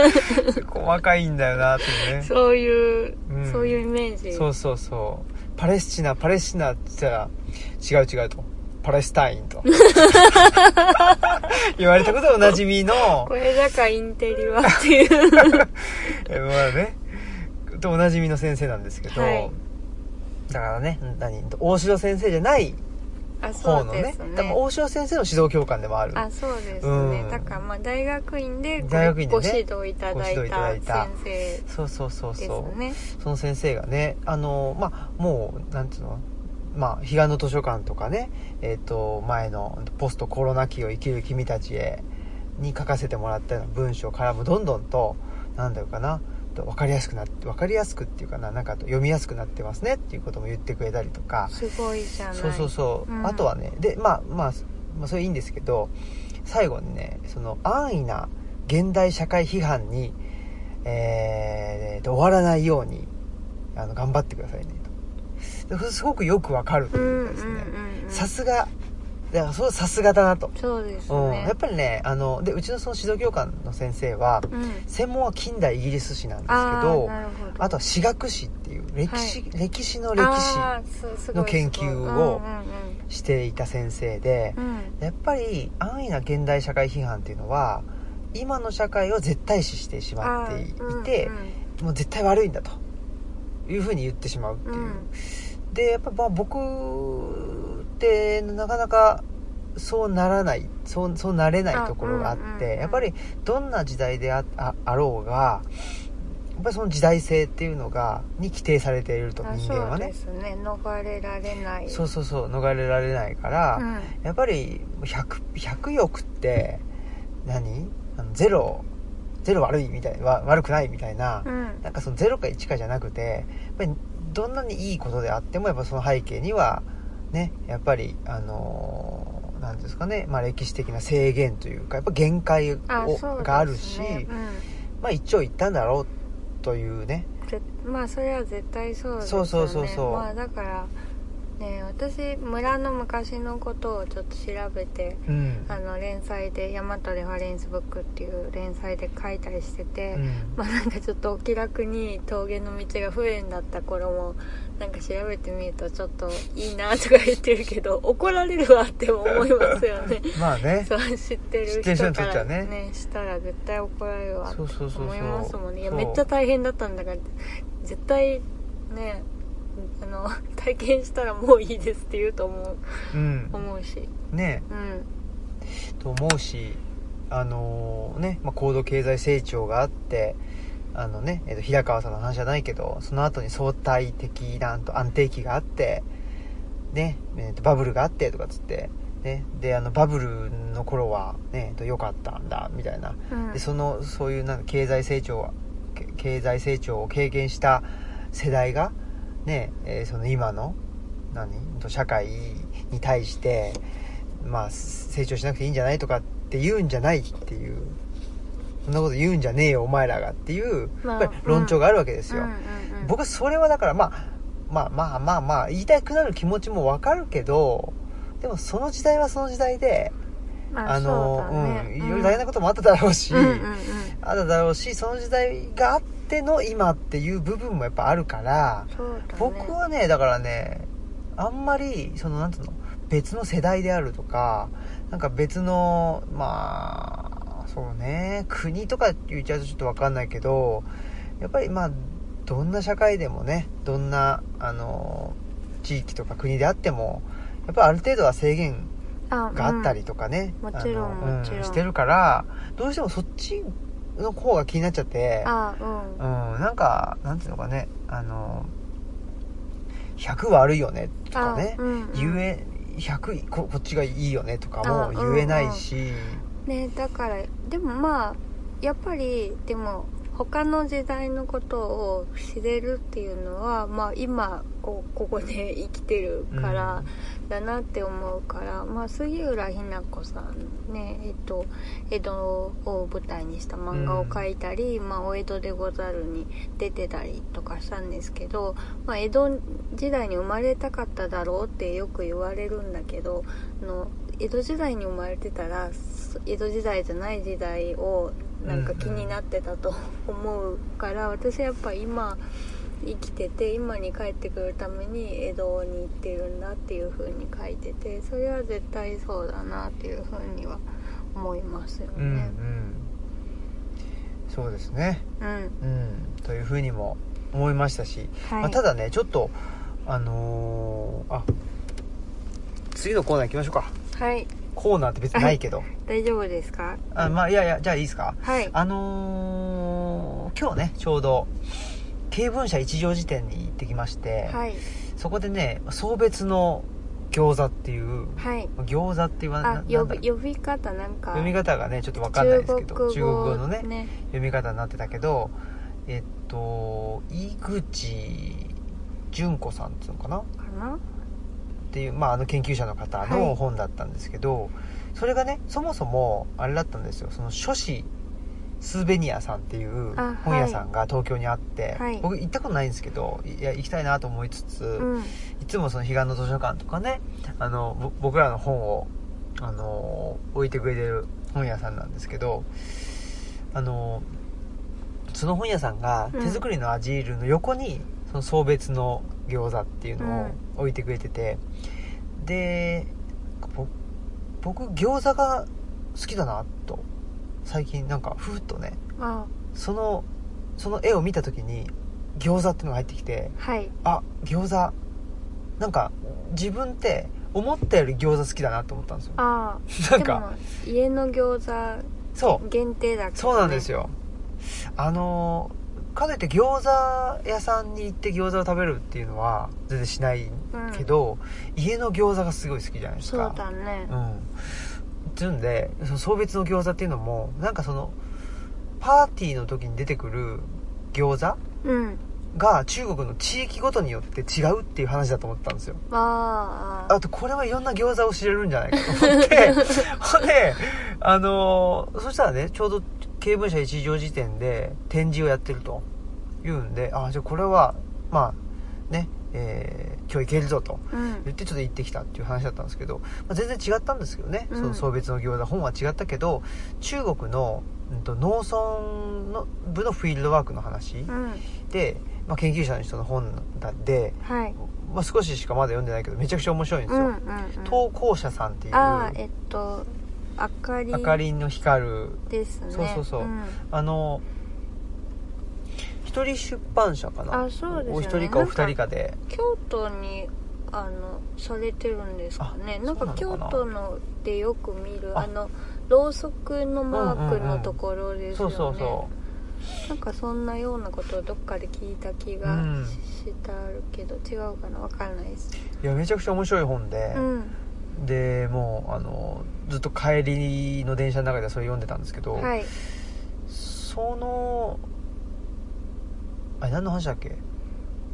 [SPEAKER 1] 細かいんだよなっていうね
[SPEAKER 2] そういう、
[SPEAKER 1] うん
[SPEAKER 2] そういうイメージ
[SPEAKER 1] そうそうそうパレスチナパレスチナって言ったら違う違うとパレスタイン と言われたことでおなじみの
[SPEAKER 2] これだからインテリはっ ていう
[SPEAKER 1] えまあねとおなじみの先生なんですけど、
[SPEAKER 2] はい
[SPEAKER 1] だからね何大城先生じゃない
[SPEAKER 2] あそ
[SPEAKER 1] 方
[SPEAKER 2] う
[SPEAKER 1] の
[SPEAKER 2] で
[SPEAKER 1] ね
[SPEAKER 2] すね
[SPEAKER 1] 多分大城先生の指導教官でもある
[SPEAKER 2] あそうですね、
[SPEAKER 1] うん
[SPEAKER 2] だからまあ大学院でご
[SPEAKER 1] 大学院でね
[SPEAKER 2] ご指導いただ
[SPEAKER 1] ご指導
[SPEAKER 2] い
[SPEAKER 1] いただい
[SPEAKER 2] た
[SPEAKER 1] た
[SPEAKER 2] 先生で
[SPEAKER 1] そうそうそう
[SPEAKER 2] す
[SPEAKER 1] そう、
[SPEAKER 2] ね
[SPEAKER 1] その先生がねあのまあもうなんていうのまあ彼岸の図書館とかねえっ、と前のポストコロナ期を生きる君たちへに書かせてもらったような文章からもどんどんとなんだろうかなと分かりやすくなって分かりやすくっていうかななんかあと読みやすくなってますねっていうことも言ってくれたりとか
[SPEAKER 2] すごいじゃない
[SPEAKER 1] そうそうそう、
[SPEAKER 2] うん
[SPEAKER 1] あとはねでまあまあまあそれいいんですけど最後にねその安易な現代社会批判に、えーと終わらないようにあの頑張ってくださいねとですごくよくわかると
[SPEAKER 2] う
[SPEAKER 1] いうんか
[SPEAKER 2] うん
[SPEAKER 1] です
[SPEAKER 2] うん
[SPEAKER 1] ね
[SPEAKER 2] うん
[SPEAKER 1] さすがだからそれはさすがだなと、
[SPEAKER 2] そうです
[SPEAKER 1] うん、
[SPEAKER 2] ね
[SPEAKER 1] やっぱりねあのでうちのその指導教官の先生は
[SPEAKER 2] うん
[SPEAKER 1] 専門は近代イギリス史なんですけ
[SPEAKER 2] あー
[SPEAKER 1] ど
[SPEAKER 2] なるほど
[SPEAKER 1] あとは史学史っていう歴史、歴史の歴史
[SPEAKER 2] あーすすごい
[SPEAKER 1] の研究を
[SPEAKER 2] すごい
[SPEAKER 1] していた先生で
[SPEAKER 2] うんうんうんうん
[SPEAKER 1] やっぱり安易な現代社会批判っていうのは今の社会を絶対視してしまってい
[SPEAKER 2] あー
[SPEAKER 1] て、
[SPEAKER 2] うんうん
[SPEAKER 1] もう絶対悪いんだというふうに言ってしまうっていう、
[SPEAKER 2] うん
[SPEAKER 1] でやっぱまあ僕ってなかなかそうならないそうそうなれないところがあって
[SPEAKER 2] あうんうんうん
[SPEAKER 1] やっぱりどんな時代であああろうがやっぱりその時代性っていうのがに規定されていると
[SPEAKER 2] あ
[SPEAKER 1] 人間は
[SPEAKER 2] そうで
[SPEAKER 1] ね
[SPEAKER 2] すね逃れられない
[SPEAKER 1] そううそうそう逃れられないから、
[SPEAKER 2] ん
[SPEAKER 1] やっぱり 100, 100欲って何あのゼロゼロ悪いみたいわ悪くないみたいな、
[SPEAKER 2] うん
[SPEAKER 1] なんかそのゼロか1かじゃなくてやっぱりどんなにいいことであってもやっぱその背景にはねやっぱりあのーなんですかね、まあ、歴史的な制限というかやっぱ限界を
[SPEAKER 2] あそうです
[SPEAKER 1] があるし、
[SPEAKER 2] ね
[SPEAKER 1] まあ一長一短だろうというね
[SPEAKER 2] うんぜまあそれは絶対そうです
[SPEAKER 1] そう
[SPEAKER 2] よね
[SPEAKER 1] そうそうそう
[SPEAKER 2] まあだからね私村の昔のことをちょっと調べて
[SPEAKER 1] うん、
[SPEAKER 2] あの連載で「ヤマトレファレンスブック」っていう連載で書いたりしてて、
[SPEAKER 1] うん
[SPEAKER 2] まあなんかちょっとお気楽に峠の道が不便だった頃もなんか調べてみるとちょっといいなとか言ってるけど怒られるわって思いますよね
[SPEAKER 1] まあね
[SPEAKER 2] そう知って
[SPEAKER 1] 知
[SPEAKER 2] る
[SPEAKER 1] ってる人
[SPEAKER 2] 人
[SPEAKER 1] にと
[SPEAKER 2] か
[SPEAKER 1] って
[SPEAKER 2] ら
[SPEAKER 1] はね
[SPEAKER 2] ねしたら絶対怒られるわって
[SPEAKER 1] そうそうそうそう
[SPEAKER 2] 思いますもんねいや
[SPEAKER 1] そう
[SPEAKER 2] めっちゃ大変だったんだから絶対ねあの 体験したらもういいですって言うと思う
[SPEAKER 1] うん
[SPEAKER 2] 思うし
[SPEAKER 1] ね
[SPEAKER 2] うん
[SPEAKER 1] と思うしあのね、まあ、高度経済成長があってあのね、えっと平川さんの話じゃないけどその後に相対的なと安定期があって、ねえっとバブルがあってとかっつって、ね、であのバブルの頃はねえっと良かったんだみたいな
[SPEAKER 2] うん
[SPEAKER 1] でそのそういうなんか経済成長はけ経済成長を経験した世代が、ねえーその今の何と社会に対して、まあ、成長しなくていいんじゃないとかって言うんじゃないっていうそんなこと言うんじゃねえよお前らがっていう
[SPEAKER 2] ま
[SPEAKER 1] や
[SPEAKER 2] あ
[SPEAKER 1] っぱり論調があるわけですよ。
[SPEAKER 2] うんうんうん
[SPEAKER 1] 僕はそれはだからまあまあまあまあまあ言いたくなる気持ちもわかるけどでもその時代はその時代で
[SPEAKER 2] まあ
[SPEAKER 1] あの
[SPEAKER 2] そうだね
[SPEAKER 1] うんいろいろ大変なこともあっただろうし、
[SPEAKER 2] うんうんうん
[SPEAKER 1] あっただろうしその時代があっての今っていう部分もやっぱあるから
[SPEAKER 2] そうだね
[SPEAKER 1] 僕はねだからねあんまりそのなんつうの別の世代であるとかなんか別のまあそうね国とか言っちゃうとちょっと分かんないけどやっぱりまあどんな社会でもねどんなあの地域とか国であってもやっぱりある程度は制限
[SPEAKER 2] あ
[SPEAKER 1] があった
[SPEAKER 2] う
[SPEAKER 1] り
[SPEAKER 2] ん
[SPEAKER 1] とかね、
[SPEAKER 2] うんもちろん
[SPEAKER 1] あの
[SPEAKER 2] もちろん
[SPEAKER 1] してるからどうしてもそっちの方が気になっちゃって
[SPEAKER 2] あうん
[SPEAKER 1] うんなんかなんていうのかねあの100はあるよねとかね
[SPEAKER 2] あ、うんうん
[SPEAKER 1] 言え100ここっちがいいよねとかも言えないし、
[SPEAKER 2] ねだからでもまあやっぱりでも他の時代のことを知れるっていうのは、まあ、今こうここで 生きてるからだなって思うから、まあ、杉浦日奈子さんねえっと江戸を舞台にした漫画を描いたり「まあ、お江戸でござる」に出てたりとかしたんですけど、まあ、江戸時代に生まれたかっただろうってよく言われるんだけどあの江戸時代に生まれてたらそ江戸時代じゃない時代をなんか気になってたと思うから、私はやっぱ今生きてて今に帰ってくるために江戸に行ってるんだっていう風に書いててそれは絶対そうだなっていう風には思いますよ
[SPEAKER 1] うんう
[SPEAKER 2] ね。
[SPEAKER 1] んそうですね
[SPEAKER 2] うん、
[SPEAKER 1] うんというふうにも思いましたし、
[SPEAKER 2] はい、
[SPEAKER 1] まあ、ただねちょっとあのーあ次のコーナー行きましょうか
[SPEAKER 2] はい
[SPEAKER 1] コーナーって別にないけど
[SPEAKER 2] 大丈夫ですか
[SPEAKER 1] あまあいやいやじゃあいいですか
[SPEAKER 2] はい
[SPEAKER 1] あのー今日ねちょうど経文社一条辞典に行ってきまして、
[SPEAKER 2] はい
[SPEAKER 1] そこでね送別の餃子っていう
[SPEAKER 2] はい
[SPEAKER 1] 餃子って言わな
[SPEAKER 2] あ
[SPEAKER 1] い
[SPEAKER 2] 呼び呼び方なんか
[SPEAKER 1] 読み方がねちょっと分かんないですけど中国語のね
[SPEAKER 2] ね
[SPEAKER 1] 読み方になってたけどえっと井口純子さんっていうのかなっ
[SPEAKER 2] かな
[SPEAKER 1] ていう、まあ、あの研究者の方
[SPEAKER 2] は
[SPEAKER 1] の
[SPEAKER 2] い
[SPEAKER 1] 本だったんですけど、それがねそもそもあれだったんですよその書誌スーベニアさんっていう
[SPEAKER 2] あ
[SPEAKER 1] 本屋さんが東京にあって、
[SPEAKER 2] はい
[SPEAKER 1] 僕行ったことないんですけどいや行きたいなと思いつつ、
[SPEAKER 2] うん
[SPEAKER 1] いつもその彼岸の図書館とかねあのぼ僕らの本をあの置いてくれてる本屋さんなんですけどあのその本屋さんが
[SPEAKER 2] うん
[SPEAKER 1] 手作りのアジールの横にその送別の餃子っていうのを置いてくれてて、でぼ僕餃子が好きだなと最近なんかふーっとね
[SPEAKER 2] あ
[SPEAKER 1] そのその絵を見た時に餃子っていうのが入ってきて
[SPEAKER 2] はい
[SPEAKER 1] あ餃子なんか自分って思ったより餃子好きだなと思ったんですよ
[SPEAKER 2] あ
[SPEAKER 1] な
[SPEAKER 2] あ
[SPEAKER 1] ん
[SPEAKER 2] で
[SPEAKER 1] か
[SPEAKER 2] も家の餃
[SPEAKER 1] そ
[SPEAKER 2] 子
[SPEAKER 1] う
[SPEAKER 2] 限定だけど、ね、
[SPEAKER 1] そうなんです
[SPEAKER 2] よ
[SPEAKER 1] よあのーかといって餃子屋さんに行って餃子を食べるっていうのは全然しないけど、家の餃子がすごい好きじゃないですか
[SPEAKER 2] そうだね
[SPEAKER 1] うんっていうんでその送別の餃子っていうのもなんかそのパーティーの時に出てくる餃子
[SPEAKER 2] うん
[SPEAKER 1] が中国の地域ごとによって違うっていう話だと思ったんですよ
[SPEAKER 2] あーあ
[SPEAKER 1] あとこれはいろんな餃子を知れるんじゃないかと思って、 ほんで、あのーそしたらね、ちょうど経文社一条時点で展示をやってるというんで、あ、じゃあこれは、まあ、ね、えー今日行けるぞと
[SPEAKER 2] うん
[SPEAKER 1] 言ってちょっと行ってきたっていう話だったんですけど、まあ、全然違ったんですけどね、
[SPEAKER 2] うん
[SPEAKER 1] その送別の餃子、本は違ったけど、中国の、うん、と農村の部のフィールドワークの話
[SPEAKER 2] うん
[SPEAKER 1] で、まあ、研究者の人の本なんで、
[SPEAKER 2] はい
[SPEAKER 1] まあ、少ししかまだ読んでないけど、めちゃくちゃ面白いんで
[SPEAKER 2] う
[SPEAKER 1] すよ。
[SPEAKER 2] んうん
[SPEAKER 1] 投稿者さんってい
[SPEAKER 2] うん
[SPEAKER 1] う
[SPEAKER 2] ああ
[SPEAKER 1] あ
[SPEAKER 2] えっとあかり
[SPEAKER 1] かりんの光る
[SPEAKER 2] ですね
[SPEAKER 1] そうそうそうんあの一人出版社かな
[SPEAKER 2] あそうですよね
[SPEAKER 1] お一人かお二人かで
[SPEAKER 2] 京都にあのされてるんですかね
[SPEAKER 1] あ
[SPEAKER 2] なんか
[SPEAKER 1] そうな
[SPEAKER 2] 京
[SPEAKER 1] のかな
[SPEAKER 2] 都のでよく見る
[SPEAKER 1] あ
[SPEAKER 2] あのろうそくのマーク
[SPEAKER 1] うんうんう
[SPEAKER 2] の
[SPEAKER 1] ん
[SPEAKER 2] ところです
[SPEAKER 1] そ
[SPEAKER 2] よ
[SPEAKER 1] う
[SPEAKER 2] ね、
[SPEAKER 1] そうそ
[SPEAKER 2] なんかそんなようなことをどっかで聞いた気
[SPEAKER 1] う、う
[SPEAKER 2] が
[SPEAKER 1] ん、
[SPEAKER 2] したけど、違うかなわかんないです
[SPEAKER 1] いやめちゃくちゃ面白い本で
[SPEAKER 2] う、ん
[SPEAKER 1] でもうあのずっと帰りの電車の中でそれ読んでたんですけど、
[SPEAKER 2] はい
[SPEAKER 1] そのあれ何の話だっけ、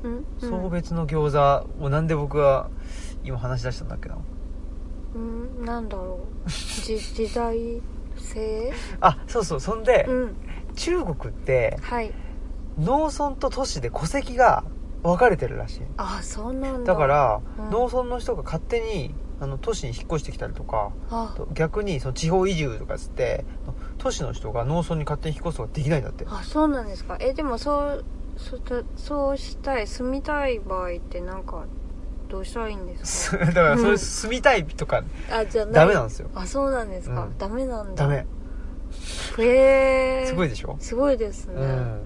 [SPEAKER 2] うん
[SPEAKER 1] 送別の餃子をなんで僕は今話し出したんだっけな
[SPEAKER 2] うん、うん、なんだろうじ時代 性
[SPEAKER 1] あそうそうそんで、
[SPEAKER 2] うん
[SPEAKER 1] 中国って
[SPEAKER 2] はい
[SPEAKER 1] 農村と都市で戸籍が分かれてるらしい
[SPEAKER 2] あそうなんだ
[SPEAKER 1] だから、
[SPEAKER 2] うん
[SPEAKER 1] 農村の人が勝手にあの都市に引っ越してきたりとか
[SPEAKER 2] あ
[SPEAKER 1] と逆にその地方移住とかっつって都市の人が農村に勝手に引っ越すことができないんだって
[SPEAKER 2] あそうなんですかえでもそうそうたそうしたい住みたい場合ってなんかどうしたらいいんです
[SPEAKER 1] す
[SPEAKER 2] か
[SPEAKER 1] だからそうれ
[SPEAKER 2] ん
[SPEAKER 1] 住みたいとか
[SPEAKER 2] あじゃあ
[SPEAKER 1] ダメなん
[SPEAKER 2] ん
[SPEAKER 1] ですよ
[SPEAKER 2] あそうなんですか、
[SPEAKER 1] うん
[SPEAKER 2] ダメなんだ
[SPEAKER 1] ダメ
[SPEAKER 2] へえ
[SPEAKER 1] すごいでしょ、
[SPEAKER 2] すごいですね
[SPEAKER 1] うん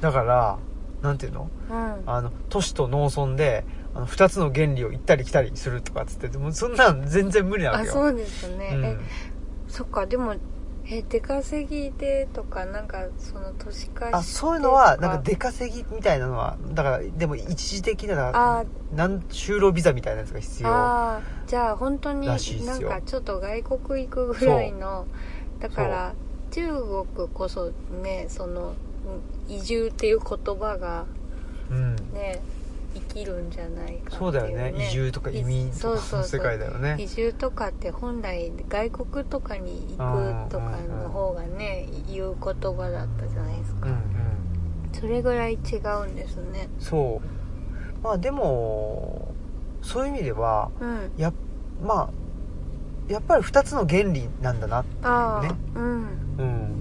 [SPEAKER 1] だからなんていうの
[SPEAKER 2] うん
[SPEAKER 1] あの都市と農村であの2つの原理を行ったり来たりするとかっつっててもうそんなん全然無理なわ
[SPEAKER 2] あ
[SPEAKER 1] けよ
[SPEAKER 2] そうですね、
[SPEAKER 1] うん
[SPEAKER 2] えそっかでもえ出稼ぎでとかなんかその都市化して
[SPEAKER 1] あそういうのは
[SPEAKER 2] と
[SPEAKER 1] なんか出稼ぎみたいなのはだからでも一時的なだ
[SPEAKER 2] あ
[SPEAKER 1] からなん就労ビザみたいなやつが必要
[SPEAKER 2] あーじゃあ本当にな
[SPEAKER 1] らしいっす
[SPEAKER 2] ん
[SPEAKER 1] よ
[SPEAKER 2] かちょっと外国行くぐらいのだから中国こそねそのうん移住っていう言葉が
[SPEAKER 1] うん
[SPEAKER 2] ね生きるんじゃないかっていう、ね、
[SPEAKER 1] そうだよね移住とか移民とかの世界だよ
[SPEAKER 2] 移
[SPEAKER 1] ね
[SPEAKER 2] 住とかって本来外国とかに行くとかの方がね言う言葉だったじゃないです
[SPEAKER 1] う
[SPEAKER 2] か、
[SPEAKER 1] んうん
[SPEAKER 2] それぐらい違うんですね
[SPEAKER 1] そうまあでもそういう意味では
[SPEAKER 2] うん
[SPEAKER 1] やまあやっぱり2つの原理なんだな
[SPEAKER 2] ああ、
[SPEAKER 1] ね
[SPEAKER 2] うん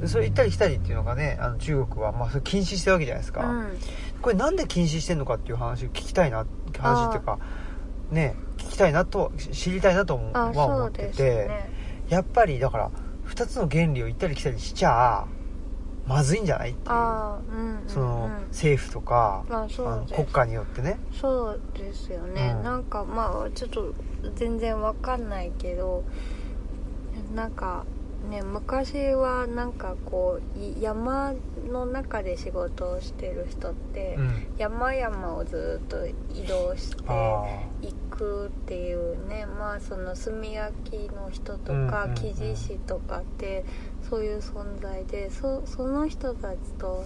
[SPEAKER 1] うん、それ行ったり来たりっていうのがねあの中国はまあそれ禁止してるわけじゃないですか、
[SPEAKER 2] うん
[SPEAKER 1] これなんで禁止してんのかっていう話聞きたいな話っていうかね聞きたいなとし知りたいなとも
[SPEAKER 2] あ
[SPEAKER 1] は
[SPEAKER 2] そ
[SPEAKER 1] 思
[SPEAKER 2] う
[SPEAKER 1] って
[SPEAKER 2] です
[SPEAKER 1] て、
[SPEAKER 2] ね
[SPEAKER 1] やっぱりだから2つの原理を行ったり来たりしちゃまずいんじゃないっていう
[SPEAKER 2] ああうんうん、うん、
[SPEAKER 1] その政府とか、
[SPEAKER 2] まあそ
[SPEAKER 1] あ
[SPEAKER 2] う
[SPEAKER 1] の
[SPEAKER 2] です
[SPEAKER 1] 国家によってね
[SPEAKER 2] そうですよね、
[SPEAKER 1] うん
[SPEAKER 2] なんかまあちょっと全然わかんないけどなんかね昔はなんかこうい山の中で仕事をしてる人って、
[SPEAKER 1] うん
[SPEAKER 2] 山々をずっと移動して
[SPEAKER 1] あ
[SPEAKER 2] 行くっていうねまあその炭焼きの人と
[SPEAKER 1] うんうん
[SPEAKER 2] か
[SPEAKER 1] うん
[SPEAKER 2] 木地師とかってそういう存在でそその人たちと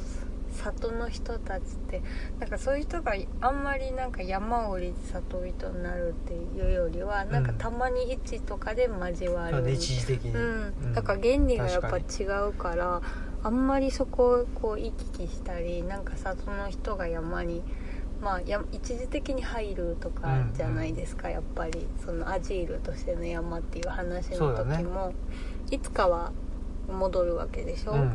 [SPEAKER 2] 里の人たちってなんかそういう人があんまりなんか山を降りて里人になるっていうよりはなんか
[SPEAKER 1] うん
[SPEAKER 2] たまに一致とかで交わ
[SPEAKER 1] あ
[SPEAKER 2] る、
[SPEAKER 1] 一時的に、
[SPEAKER 2] うん、だから原理がやっぱ違うからあんまりそこをこう行き来したりなんかさその人が山に、まあ、や一時的に入るとかじゃないですか、やっぱりそのアジールとしての山っていう話
[SPEAKER 1] そう
[SPEAKER 2] の
[SPEAKER 1] だね
[SPEAKER 2] 時も、いつかは戻るわけでしょ、
[SPEAKER 1] うんうん
[SPEAKER 2] うん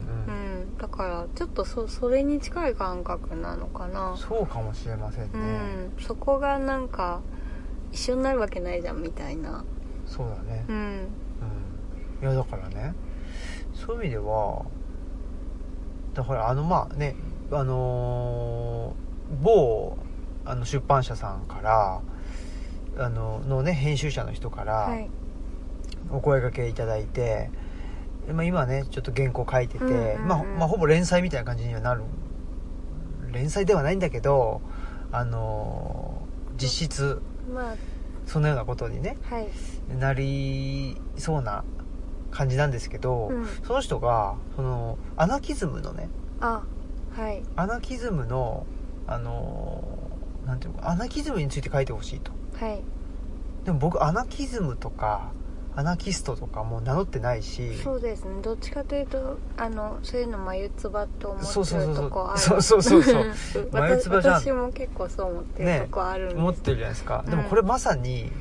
[SPEAKER 2] だからちょっとそそれに近い感覚なのかな
[SPEAKER 1] そうかもしれませんね、
[SPEAKER 2] うん、そこがなんか一緒になるわけないじゃんみたいな
[SPEAKER 1] そうだね
[SPEAKER 2] うん
[SPEAKER 1] うん、いやだからねそういう意味ではだからあのまあねあのー某あの出版社さんからあののね編集者の人から
[SPEAKER 2] はい
[SPEAKER 1] お声掛けいただいて、まあ、今ねちょっと原稿書いてて、
[SPEAKER 2] うんうんうん
[SPEAKER 1] まあ、まあほぼ連載みたいな感じにはなる連載ではないんだけどあのー実質
[SPEAKER 2] まあ
[SPEAKER 1] そのようなことにね
[SPEAKER 2] はい
[SPEAKER 1] なりそうな感じなんですけど、
[SPEAKER 2] うん
[SPEAKER 1] その人がそのアナキズムのね
[SPEAKER 2] あはい
[SPEAKER 1] アナキズムのあのーなんていうのかアナキズムについて書いてほしいと
[SPEAKER 2] はい
[SPEAKER 1] でも僕アナキズムとかアナキストとかもう名乗ってないし
[SPEAKER 2] そうですねどっちかというとあのそういうの眉唾と思
[SPEAKER 1] そう
[SPEAKER 2] って
[SPEAKER 1] そうそう
[SPEAKER 2] る
[SPEAKER 1] そ
[SPEAKER 2] と
[SPEAKER 1] う
[SPEAKER 2] こある
[SPEAKER 1] そうそうそうそう眉
[SPEAKER 2] 私
[SPEAKER 1] 唾じゃん
[SPEAKER 2] 私も結構そう思ってる
[SPEAKER 1] ね
[SPEAKER 2] とこあるんです、
[SPEAKER 1] 思ってるじゃないですか、でも
[SPEAKER 2] うん
[SPEAKER 1] これまさに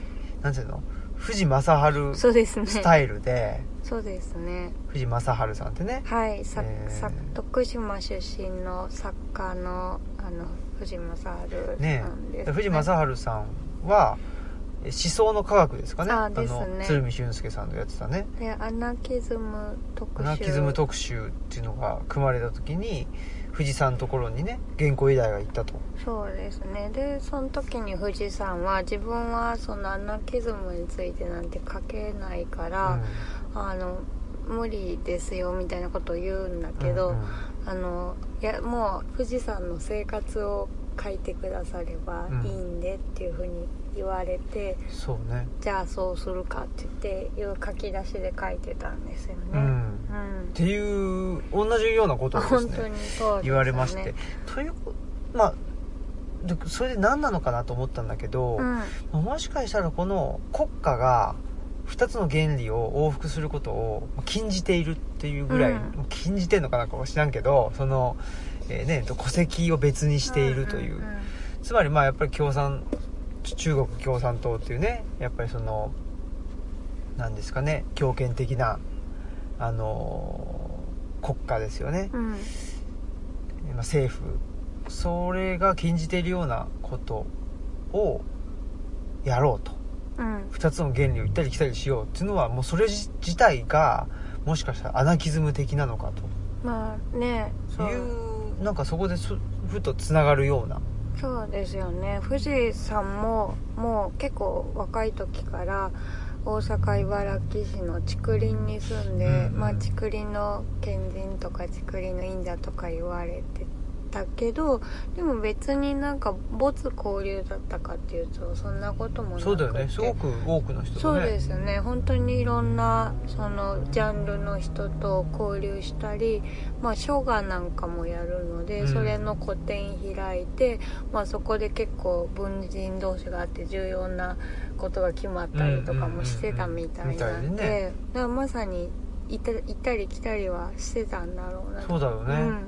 [SPEAKER 1] なんていうの藤正治
[SPEAKER 2] そうです
[SPEAKER 1] ス
[SPEAKER 2] ね
[SPEAKER 1] タイルで
[SPEAKER 2] そうですね
[SPEAKER 1] 藤正治さんってね
[SPEAKER 2] はいさ、
[SPEAKER 1] えー
[SPEAKER 2] さ徳島出身の作家のあの藤正治さんです、
[SPEAKER 1] ね藤正治さんは思想の科学ですかね
[SPEAKER 2] あですね
[SPEAKER 1] の鶴見俊介さんのやってたね
[SPEAKER 2] でアナキズム特
[SPEAKER 1] ア
[SPEAKER 2] 集
[SPEAKER 1] ナキズム特集っていうのが組まれた時に藤さんのところにね原稿依頼が行ったと
[SPEAKER 2] そうですねでその時に富士山は自分はそのアナキズムについてなんて書けないから、あの無理ですよみたいなことを言うんだ
[SPEAKER 1] うん
[SPEAKER 2] けど、
[SPEAKER 1] うんうん
[SPEAKER 2] あのいやもう富士山の生活を書いてくだされば
[SPEAKER 1] うん
[SPEAKER 2] いいんでっていうふうに言われて、
[SPEAKER 1] そうね
[SPEAKER 2] じゃあそうするかって言っていう書き出しで書いてたんですよね
[SPEAKER 1] う
[SPEAKER 2] うん、
[SPEAKER 1] んっていう同じようなことをです
[SPEAKER 2] 本
[SPEAKER 1] ね
[SPEAKER 2] 当にそうですよね
[SPEAKER 1] 言われましてというまあでそれで何なのかなと思ったんだけど、
[SPEAKER 2] うん
[SPEAKER 1] もしかしたらこの国家が2つの原理を往復することを禁じているっていうぐらい、
[SPEAKER 2] うん
[SPEAKER 1] 禁じてるのかなんかは知らんけどその、えーね、戸籍を別にしているという,、
[SPEAKER 2] んんん
[SPEAKER 1] つまりまあやっぱり共産中国共産党っていうねやっぱりそのなんですかね強権的なあのー国家ですよね、
[SPEAKER 2] うん
[SPEAKER 1] まあ政府それが禁じているようなことをやろうと。
[SPEAKER 2] うん
[SPEAKER 1] 2つの原理を行ったり来たりしようっていうのはもうそれ自体がもしかしたらアナキズム的なのか
[SPEAKER 2] まあね
[SPEAKER 1] と
[SPEAKER 2] そう
[SPEAKER 1] いうなんかそこでそふとつながるような
[SPEAKER 2] そうですよね富士さんももう結構若い時から大阪茨城市の竹林に住んで、
[SPEAKER 1] うんうん
[SPEAKER 2] まあ、竹林の賢人とか竹林の院だとか言われてたけどでも別になんか没交流だったかっていうとそんなこともなくて
[SPEAKER 1] そうだよねすごく多くの人
[SPEAKER 2] そう
[SPEAKER 1] がね
[SPEAKER 2] ですね本当にいろんなそのジャンルの人と交流したり、まあ、ショガなんかもやるの
[SPEAKER 1] う
[SPEAKER 2] で、
[SPEAKER 1] ん
[SPEAKER 2] それの個展開いて、まあ、そこで結構文人同士があって重要なことが決まったりとかもしてたみたいなん
[SPEAKER 1] うんうんうんうんみたいで
[SPEAKER 2] でだからまさにいた行ったり来たりはしてたんだろうな
[SPEAKER 1] そうだよね、
[SPEAKER 2] うん、っ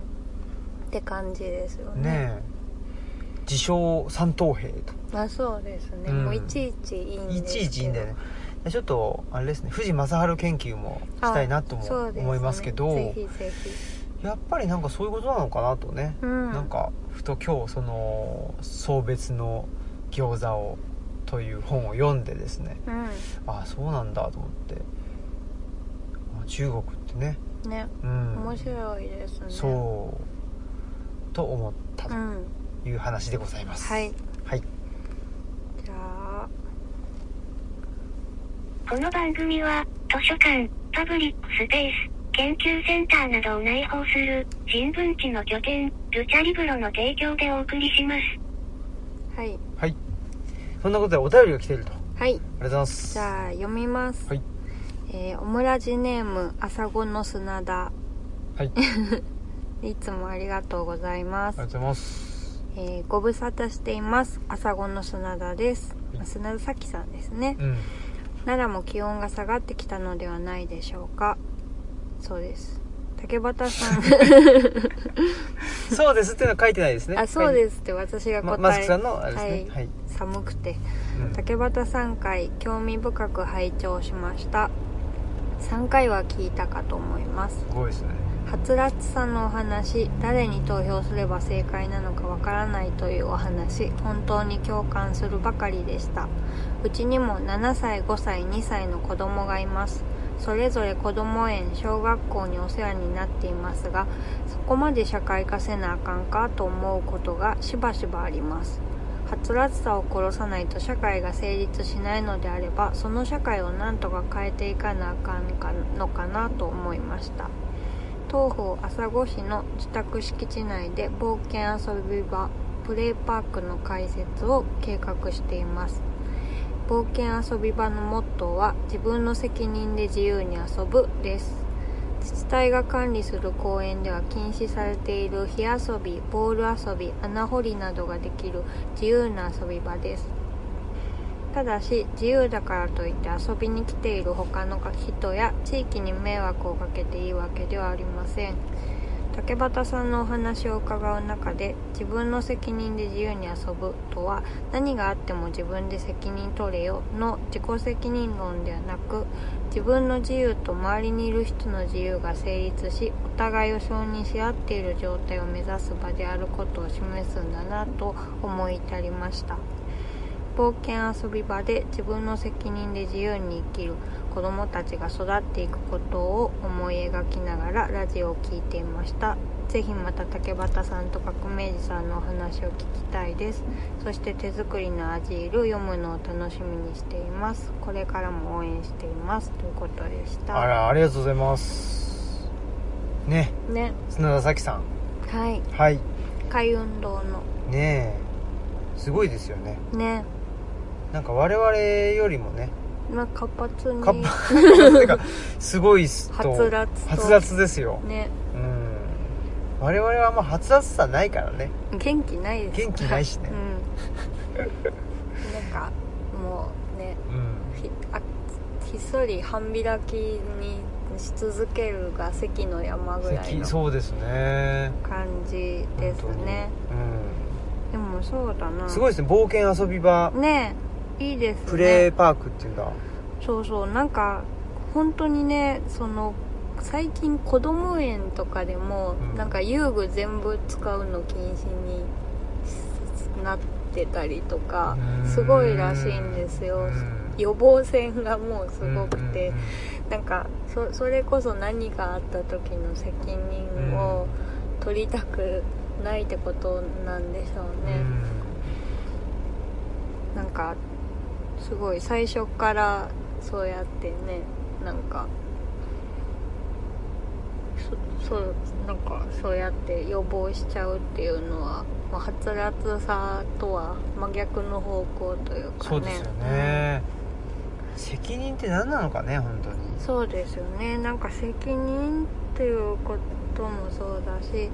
[SPEAKER 2] て感じですよね
[SPEAKER 1] ねえ自称三等兵と
[SPEAKER 2] まあそうですね、
[SPEAKER 1] うん
[SPEAKER 2] もういちいちいいんですけ
[SPEAKER 1] い
[SPEAKER 2] ど
[SPEAKER 1] ちいちいいんだよねちょっとあれですね藤正治研究もしたいなとも
[SPEAKER 2] そうですね
[SPEAKER 1] 思いますけど
[SPEAKER 2] ぜひぜひ
[SPEAKER 1] やっぱりなんかそういうことなのかなとね、
[SPEAKER 2] うん
[SPEAKER 1] なんかふと今日その「送別の餃子を」という本を読んでですね
[SPEAKER 2] う
[SPEAKER 1] ああそうなんだと思ってあ中国ってね
[SPEAKER 2] んね
[SPEAKER 1] うん
[SPEAKER 2] 面白いですね
[SPEAKER 1] そうと思った
[SPEAKER 2] う
[SPEAKER 1] と
[SPEAKER 2] ん
[SPEAKER 1] いう話でございます、
[SPEAKER 2] はい
[SPEAKER 1] はい
[SPEAKER 2] じゃあ
[SPEAKER 3] この番組は、図書館、パブリックスペース、研究センターなどを内包する、人文地の拠点、ルチャリブロの提供でお送りします。
[SPEAKER 2] はい
[SPEAKER 1] はいそんなことでお便りが来ているとあ
[SPEAKER 2] はい
[SPEAKER 1] りがとうございます
[SPEAKER 2] じゃあ読みます、
[SPEAKER 1] はい
[SPEAKER 2] えーオムラジネーム朝子の砂田
[SPEAKER 1] はい、ありが
[SPEAKER 2] いつもありがとうございます
[SPEAKER 1] とうご、ざいます。
[SPEAKER 2] えーご無沙汰しています朝子の砂田です
[SPEAKER 1] はい
[SPEAKER 2] 砂田咲さんですね
[SPEAKER 1] うん、
[SPEAKER 2] 奈良も気温が下がってきたのではないでしょうかそうです竹端さん
[SPEAKER 1] そうですっていうのは書いてないですね。
[SPEAKER 2] あそうですって私が
[SPEAKER 1] ま
[SPEAKER 2] 答え、
[SPEAKER 1] マスクさんのあれですね。はい。
[SPEAKER 2] はい、寒くて
[SPEAKER 1] うん
[SPEAKER 2] 竹俣3回興味深く拝聴しました3回は聞いたかと思います
[SPEAKER 1] すごいですね。
[SPEAKER 2] はつらつさんのお話誰に投票すれば正解なのかわからないというお話本当に共感するばかりでしたうちにも7歳5歳2歳の子供がいますそれぞれ子ども園小学校にお世話になっていますがそこまで社会化せなあかんかと思うことがしばしばありますはつらつさを殺さないと社会が成立しないのであればその社会をなんとか変えていかなあかんかのかなと思いました東方朝来市の自宅敷地内で冒険遊び場プレイパークの開設を計画しています冒険遊び場のモットーは自分の責任で自由に遊ぶです自治体が管理する公園では禁止されている火遊びボール遊び穴掘りなどができる自由な遊び場ですただし自由だからといって遊びに来ている他の人や地域に迷惑をかけていいわけではありません竹俣さんのお話を伺う中で自分の責任で自由に遊ぶとは何があっても自分で責任取れよの自己責任論ではなく自分の自由と周りにいる人の自由が成立しお互いを承認し合っている状態を目指す場であることを示すんだなと思い至りました冒険遊び場で自分の責任で自由に生きる子供たちが育っていくことを思い描きながらラジオを聞いていましたぜひまた竹俣さんと革命児さんのお話を聞きたいですそして手作りのアジール読むのを楽しみにしていますこれからも応援していますということでした
[SPEAKER 1] あら、ありがとうございます。ね、
[SPEAKER 2] ね
[SPEAKER 1] 砂田咲さん。
[SPEAKER 2] はい
[SPEAKER 1] はい。
[SPEAKER 2] 海運動の
[SPEAKER 1] ねえ、すごいですよね。
[SPEAKER 2] ね
[SPEAKER 1] なんか我々よりもね、
[SPEAKER 2] まあ活発に
[SPEAKER 1] 活発っていうかすごいっすと。
[SPEAKER 2] はつらつと
[SPEAKER 1] はつらつですよ。
[SPEAKER 2] ね
[SPEAKER 1] うん。我々はあんまはつらつさないからね。
[SPEAKER 2] 元気ないです
[SPEAKER 1] 元気ないしね
[SPEAKER 2] うん、なんかもうね
[SPEAKER 1] うん。
[SPEAKER 2] ひあひっそり半開きにし続けるが関の山ぐらいの
[SPEAKER 1] そうですね。
[SPEAKER 2] 感じですね
[SPEAKER 1] 本当に。
[SPEAKER 2] でもそうだ
[SPEAKER 1] う。
[SPEAKER 2] なん
[SPEAKER 1] すごいですね。冒険遊び場、
[SPEAKER 2] ねえいいですね
[SPEAKER 1] プレーパークっていうんだ。
[SPEAKER 2] そうそうなんか本当にねその最近子ども園とかでも、
[SPEAKER 1] うん
[SPEAKER 2] なんか遊具全部使うの禁止にしなってたりとかすごいらしいんですよ、
[SPEAKER 1] うん
[SPEAKER 2] 予防線がもうすごくて、
[SPEAKER 1] うんうんうん
[SPEAKER 2] なんかそそれこそ何があった時の責任を取りたくないってことなんでしょうね、
[SPEAKER 1] うん
[SPEAKER 2] なんかすごい最初からそうやってねなんかそそうなんかそうやって予防しちゃうっていうのは、まあ、はつらつさとは真逆の方向というかね
[SPEAKER 1] そうですよね責任って何なのかね本当に
[SPEAKER 2] そうですよねなんか責任っていうこともそうだし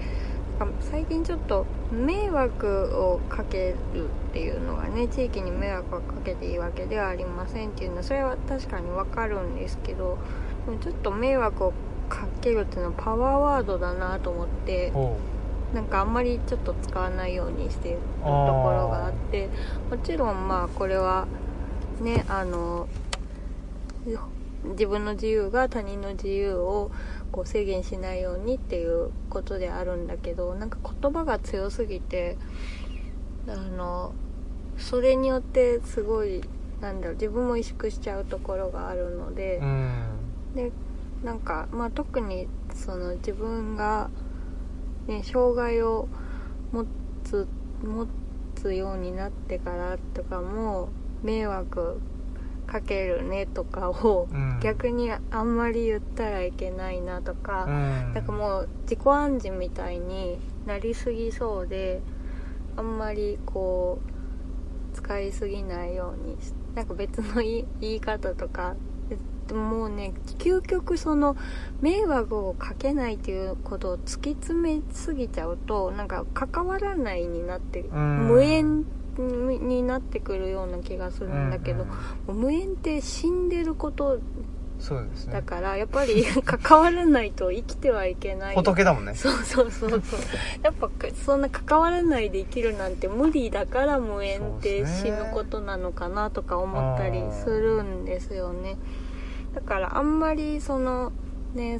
[SPEAKER 2] なんか最近ちょっと迷惑をかけるっていうのがね地域に迷惑はかけていいわけではありませんっていうのはそれは確かにわかるんですけどでもちょっと迷惑をかけるっていうのはパワーワードだなと思って
[SPEAKER 1] ほ
[SPEAKER 2] なんかあんまりちょっと使わないようにしてるところがあってもちろんまあこれはねあの自分の自由が他人の自由をこう制限しないようにっていうことであるんだけどなんか言葉が強すぎてあのそれによってすごいなんだろう自分も萎縮しちゃうところがあるので。
[SPEAKER 1] ううん
[SPEAKER 2] でなんか、まあ、特にその自分が、ね、障害を持つ持つようになってからとかも迷惑かけるねとかを
[SPEAKER 1] うん
[SPEAKER 2] 逆にあんまり言ったらいけないなと
[SPEAKER 1] う
[SPEAKER 2] か、
[SPEAKER 1] ん
[SPEAKER 2] なんかもう自己暗示みたいになりすぎそうであんまりこう使いすぎないようにしなんか別の言い言い方とかえでももうね究極その迷惑をかけないということを突き詰めすぎちゃうとなんか関わらないになって
[SPEAKER 1] ん
[SPEAKER 2] 無縁にになってくるような気がするんだけど
[SPEAKER 1] う、んうん
[SPEAKER 2] もう無縁って死んでること
[SPEAKER 1] そうです
[SPEAKER 2] だ
[SPEAKER 1] ね
[SPEAKER 2] からやっぱり 関わらないと生きてはいけない
[SPEAKER 1] 仏だもんね
[SPEAKER 2] そうそうそうそうやっぱそんな関わらないで生きるなんて無理だから無縁っ
[SPEAKER 1] そう
[SPEAKER 2] て
[SPEAKER 1] です
[SPEAKER 2] 死
[SPEAKER 1] ね
[SPEAKER 2] ぬことなのかなとか思ったりするんですよねだからあんまりそのね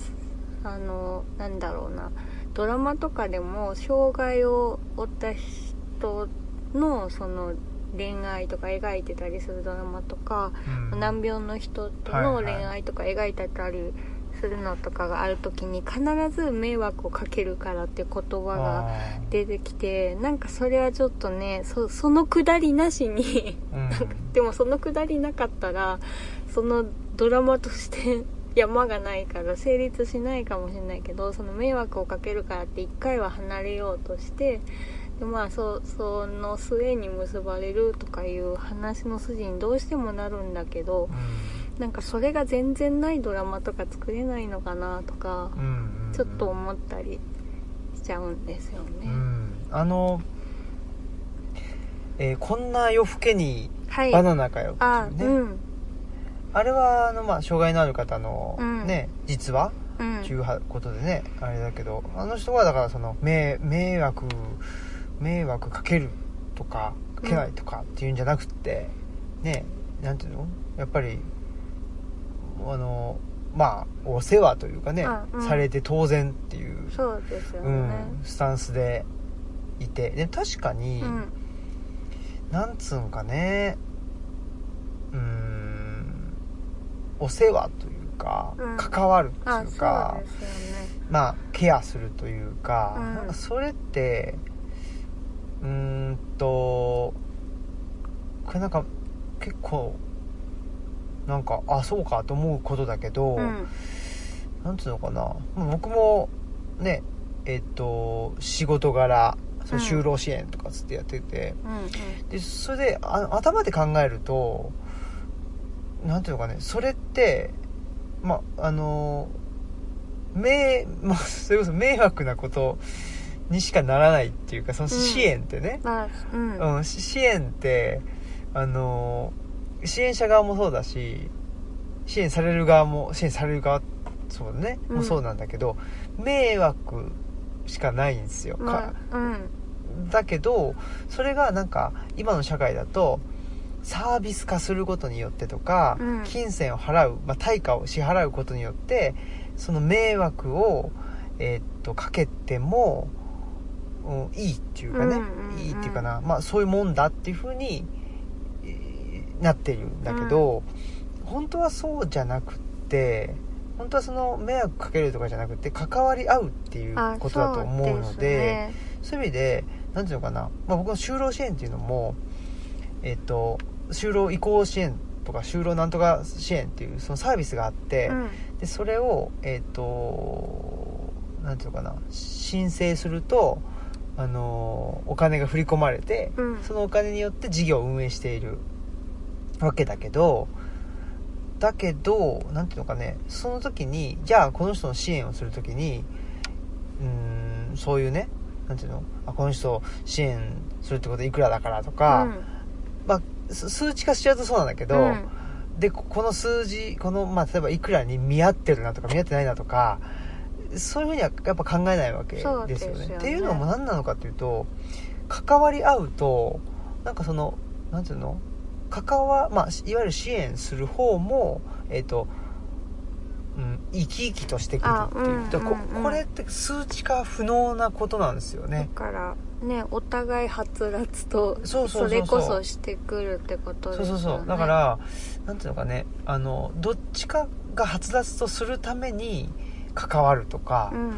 [SPEAKER 2] あのなんだろうなドラマとかでも障害を負った人のその恋愛とか描いてたりするドラマとか、
[SPEAKER 1] うん
[SPEAKER 2] 難病の人との恋愛とか描いてたりするのとかがある時に必ず迷惑をかけるからっていう言葉が
[SPEAKER 1] あ
[SPEAKER 2] 出てきてなんかそれはちょっとねそそのくだりなしに
[SPEAKER 1] ーうん
[SPEAKER 2] でもそのくだりなかったらそのドラマとして 山がないから成立しないかもしれないけどその迷惑をかけるからって一回は離れようとしてでまあそその末に結ばれるとかいう話の筋にどうしてもなるんだけどなんかそれが全然ないドラマとか作れないのかなとか
[SPEAKER 1] うんうんうん
[SPEAKER 2] ちょっと思ったりしちゃうんですよ
[SPEAKER 1] う
[SPEAKER 2] ね、
[SPEAKER 1] んあのえーこんな夜更けに
[SPEAKER 2] はい
[SPEAKER 1] バナナかよって
[SPEAKER 2] あ
[SPEAKER 1] いう
[SPEAKER 2] う
[SPEAKER 1] ね、
[SPEAKER 2] ん
[SPEAKER 1] あれはあの、まあ、障害のある方の、
[SPEAKER 2] うん
[SPEAKER 1] ね実話
[SPEAKER 2] うん
[SPEAKER 1] っていうことでねあれだけどあの人はだからその迷迷惑迷惑かけるとかかけないとかっていうんじゃなくって、ねなんていうのやっぱりあのまあお世話というかね、
[SPEAKER 2] あうん
[SPEAKER 1] されて当然っていう、
[SPEAKER 2] そうですよ
[SPEAKER 1] う
[SPEAKER 2] ね
[SPEAKER 1] ん、スタンスでいてで確か
[SPEAKER 2] う
[SPEAKER 1] に、
[SPEAKER 2] ん
[SPEAKER 1] なんつうんかねうーんお世話というか、
[SPEAKER 2] うん
[SPEAKER 1] 関わると
[SPEAKER 2] あ
[SPEAKER 1] いう
[SPEAKER 2] そ
[SPEAKER 1] か
[SPEAKER 2] うですよね
[SPEAKER 1] まあケアするというか,、
[SPEAKER 2] うん
[SPEAKER 1] なんかそれってうーんとこれなんか結構なんかあそうかと思うことだけど、
[SPEAKER 2] うん
[SPEAKER 1] なんつうのかなまあ僕もねえっと仕事柄そううん就労支援とかつってやってて、
[SPEAKER 2] うんうん
[SPEAKER 1] でそれであ頭で考えるとなんていうのかねそれってまああの迷、まあ、それこそ迷惑なことにしかならないっていうかその
[SPEAKER 2] うん
[SPEAKER 1] 支援ってね、
[SPEAKER 2] まあうん
[SPEAKER 1] うんし支援ってあの支援者側もそうだし支援される側も支援される側そうだね、
[SPEAKER 2] うん
[SPEAKER 1] もうそうなんだけど迷惑しかないんですよ、
[SPEAKER 2] ま
[SPEAKER 1] か
[SPEAKER 2] あうん
[SPEAKER 1] だけどそれがなんか今の社会だとサービス化することによってとか、
[SPEAKER 2] うん
[SPEAKER 1] 金銭を払う、まあ、対価を支払うことによってその迷惑を、えーっとかけても、うん、いいっていうかね、
[SPEAKER 2] うんうんうん
[SPEAKER 1] いいっていうかな、まあ、そういうもんだっていうふうに、えーなっているんだけど、本当はそうじゃなくって本当はその迷惑かけるとかじゃなくて関わり合うっていう
[SPEAKER 2] あ
[SPEAKER 1] ことだと思うの
[SPEAKER 2] そ
[SPEAKER 1] で。
[SPEAKER 2] ね
[SPEAKER 1] そういう意味で、なんていうのかな、まあ、僕の就労支援っていうのも、えっと、就労移行支援とか就労なんとか支援っていうそのサービスがあって、
[SPEAKER 2] うん
[SPEAKER 1] でそれをえっ、となんていうのかな申請するとあのお金が振り込まれて、
[SPEAKER 2] うん
[SPEAKER 1] そのお金によって事業を運営しているわけだけどだけどなんていうのかねその時にじゃあこの人の支援をする時にうーんそういうねなんていうのあこの人を支援するってこといくらだからとか、まあ、す数値化しちゃうとそうなんだけど、
[SPEAKER 2] うん
[SPEAKER 1] でここの数字この、まあ、例えばいくらに見合ってるなとか見合ってないなとかそういうふうにはやっぱ考えないわけですよね。
[SPEAKER 2] そうですよね
[SPEAKER 1] っていうのも何なのかというと関わり合うとなんかそのなんていうの関わ、まあ、しいわゆる支援する方も、えっとうん、生き生きとしてくるっていう
[SPEAKER 2] あうん
[SPEAKER 1] だからこ
[SPEAKER 2] うんうん
[SPEAKER 1] これって数値化不能なことなんですよ
[SPEAKER 2] だ
[SPEAKER 1] ね。
[SPEAKER 2] からねお互いはつらつと
[SPEAKER 1] そうそうそうそう
[SPEAKER 2] それこそしてくるってことで
[SPEAKER 1] そ
[SPEAKER 2] す
[SPEAKER 1] う
[SPEAKER 2] よね
[SPEAKER 1] そうそうだからなんていうのかねあのどっちかがはつらつとするために関わるとか
[SPEAKER 2] う、ん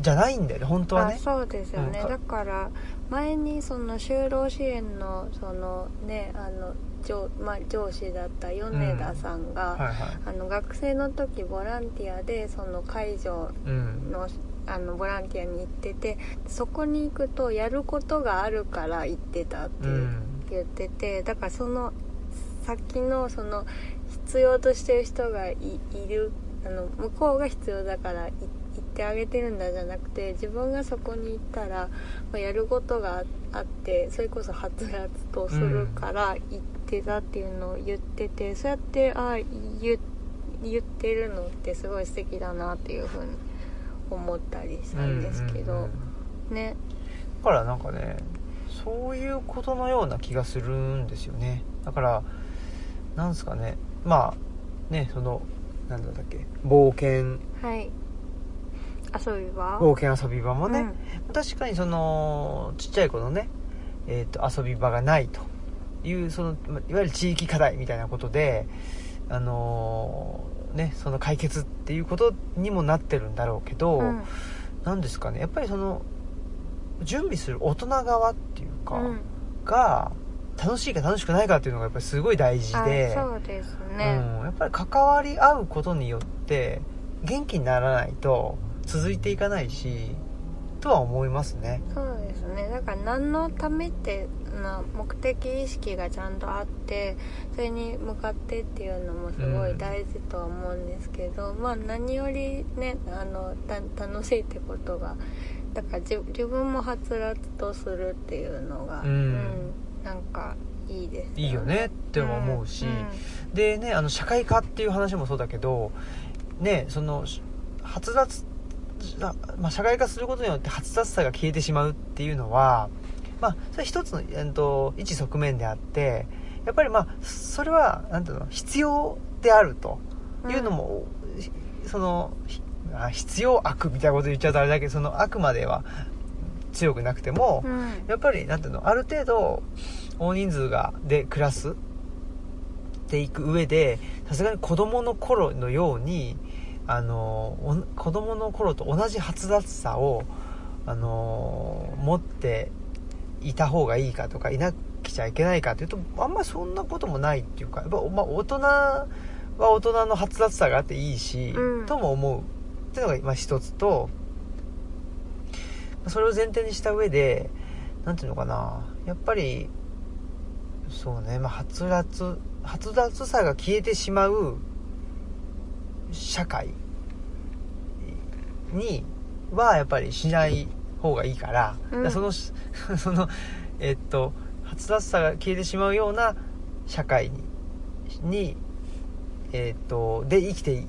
[SPEAKER 1] じゃないんだよね本当は
[SPEAKER 2] あ
[SPEAKER 1] ね
[SPEAKER 2] そうですよね、
[SPEAKER 1] うん
[SPEAKER 2] だから前にその就労支援のそのねあの上,、まあ、上司だった米田さん
[SPEAKER 1] は
[SPEAKER 2] が、
[SPEAKER 1] いはい
[SPEAKER 2] あの学生の時ボランティアでその会場
[SPEAKER 1] うん
[SPEAKER 2] のあのボランティアに行っててそこに行くとやることがあるから行ってたって
[SPEAKER 1] う
[SPEAKER 2] いうん言っててだからその先のその必要としてる人がいいるあの向こうが必要だからい行ってあげてるんだじゃなくて自分がそこに行ったらまあやることがああってそれこそはつらつとするから行ってたっていうのを言ってて、そうやってああ言言ってるのってすごい素敵だなっていうふうに思ったりしたんですけど、
[SPEAKER 1] うんうんうん
[SPEAKER 2] ね
[SPEAKER 1] だからなんかねそういうことのような気がするんですよねだからなんですかねまあねそのなんだったっけ冒険
[SPEAKER 2] はい遊び場
[SPEAKER 1] 冒険遊び場もね、
[SPEAKER 2] うん
[SPEAKER 1] 確かにそのちっちゃい子のね、えー、と遊び場がないというそのまいわゆる地域課題みたいなことで、あのーね、その解決っていうことにもなってるんだろうけど、
[SPEAKER 2] うん
[SPEAKER 1] なんですかねやっぱりその準備する大人側っていうか、
[SPEAKER 2] うん
[SPEAKER 1] が楽しいか楽しくないかっていうのがやっぱりすごい大事で
[SPEAKER 2] あそうですね、
[SPEAKER 1] うん、やっぱり関わり合うことによって元気にならないと続いていかないしとは思いますね。
[SPEAKER 2] そうですねだから何のためってな目的意識がちゃんとあってそれに向かってっていうのもすごい大事とは思うんですけど、まあ何よりねあのた楽しいってことがだからじ自分もはつらつとするっていうのが、
[SPEAKER 1] うん
[SPEAKER 2] うんなんかいいです
[SPEAKER 1] いいよねって思うし、
[SPEAKER 2] んん
[SPEAKER 1] でねあの社会化っていう話もそうだけどねそのしはつらつあまあ、社会化することによってはつらつさが消えてしまうっていうのは、まあ、それは一つの、えっと、一側面であってやっぱりまあそれはなんていうの必要であるというのも、ひそのひあ必要悪みたいなこと言っちゃうとあれだけどその悪までは強くなくても、
[SPEAKER 2] うん
[SPEAKER 1] やっぱりなんていうのある程度大人数がで暮らすっていく上でさすがに子供の頃のようにあのお子供の頃と同じ発達さをあの持っていた方がいいかとかいなくちゃいけないかというとあんまりそんなこともないっていうかやっぱ、まあ、大人は大人の発達さがあっていいし、
[SPEAKER 2] うん
[SPEAKER 1] とも思うっていうのがまあ一つとそれを前提にした上でなんていうのかなやっぱりそうね、まあ、はつらつはつらつさが消えてしまう社会にはやっぱりしない方がいいから,、
[SPEAKER 2] うん
[SPEAKER 1] そのその えっとはつらつさが消えてしまうような社会ににえっとで生きてい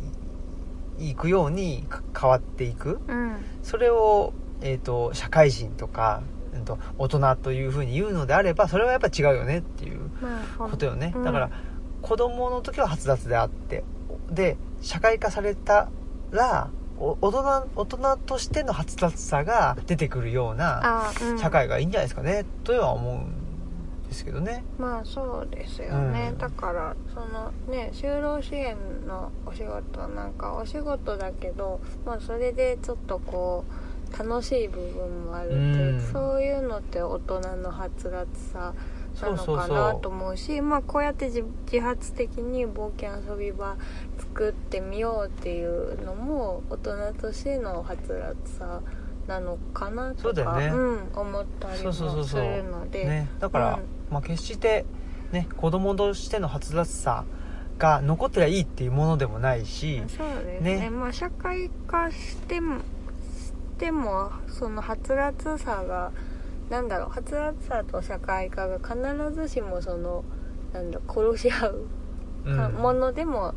[SPEAKER 1] いくようにか変わっていく
[SPEAKER 2] うん
[SPEAKER 1] それを、えー、と社会人とか、うん、と大人というふうに言うのであればそれはやっぱ違うよねっていう
[SPEAKER 2] まあほん
[SPEAKER 1] ことよね、
[SPEAKER 2] うん
[SPEAKER 1] だから子供の時は発達であってで社会化されたらお大人大人としての発達さが出てくるような
[SPEAKER 2] あうん
[SPEAKER 1] 社会がいいんじゃないですかね、とは思うんですけどね。
[SPEAKER 2] まあそうですよね、
[SPEAKER 1] うん
[SPEAKER 2] だからそのね就労支援のお仕事なんかお仕事だけど、まあ、それでちょっとこう楽しい部分もあるっていう
[SPEAKER 1] うん
[SPEAKER 2] そういうのって大人のはつらつさなの
[SPEAKER 1] そうそ
[SPEAKER 2] か
[SPEAKER 1] うそ
[SPEAKER 2] な
[SPEAKER 1] う
[SPEAKER 2] と思うしまあこうやって自自発的に冒険遊び場作ってみようっていうのも大人としてのはつらさなのかな
[SPEAKER 1] そうだ
[SPEAKER 2] と
[SPEAKER 1] よ
[SPEAKER 2] か
[SPEAKER 1] ね
[SPEAKER 2] ん、思ったり
[SPEAKER 1] そ
[SPEAKER 2] も
[SPEAKER 1] うそうそう
[SPEAKER 2] す
[SPEAKER 1] そう
[SPEAKER 2] るので。
[SPEAKER 1] ね、だから、まあ、決して、ね、子供としての発達さが残ってりゃいいっていうものでもないし、
[SPEAKER 2] そうですね
[SPEAKER 1] ね
[SPEAKER 2] まあ社会化してもしてもそのはつらつさがなんだろうはつらつさと社会化が必ずしもそのなんだ殺し合う
[SPEAKER 1] うん
[SPEAKER 2] かものでも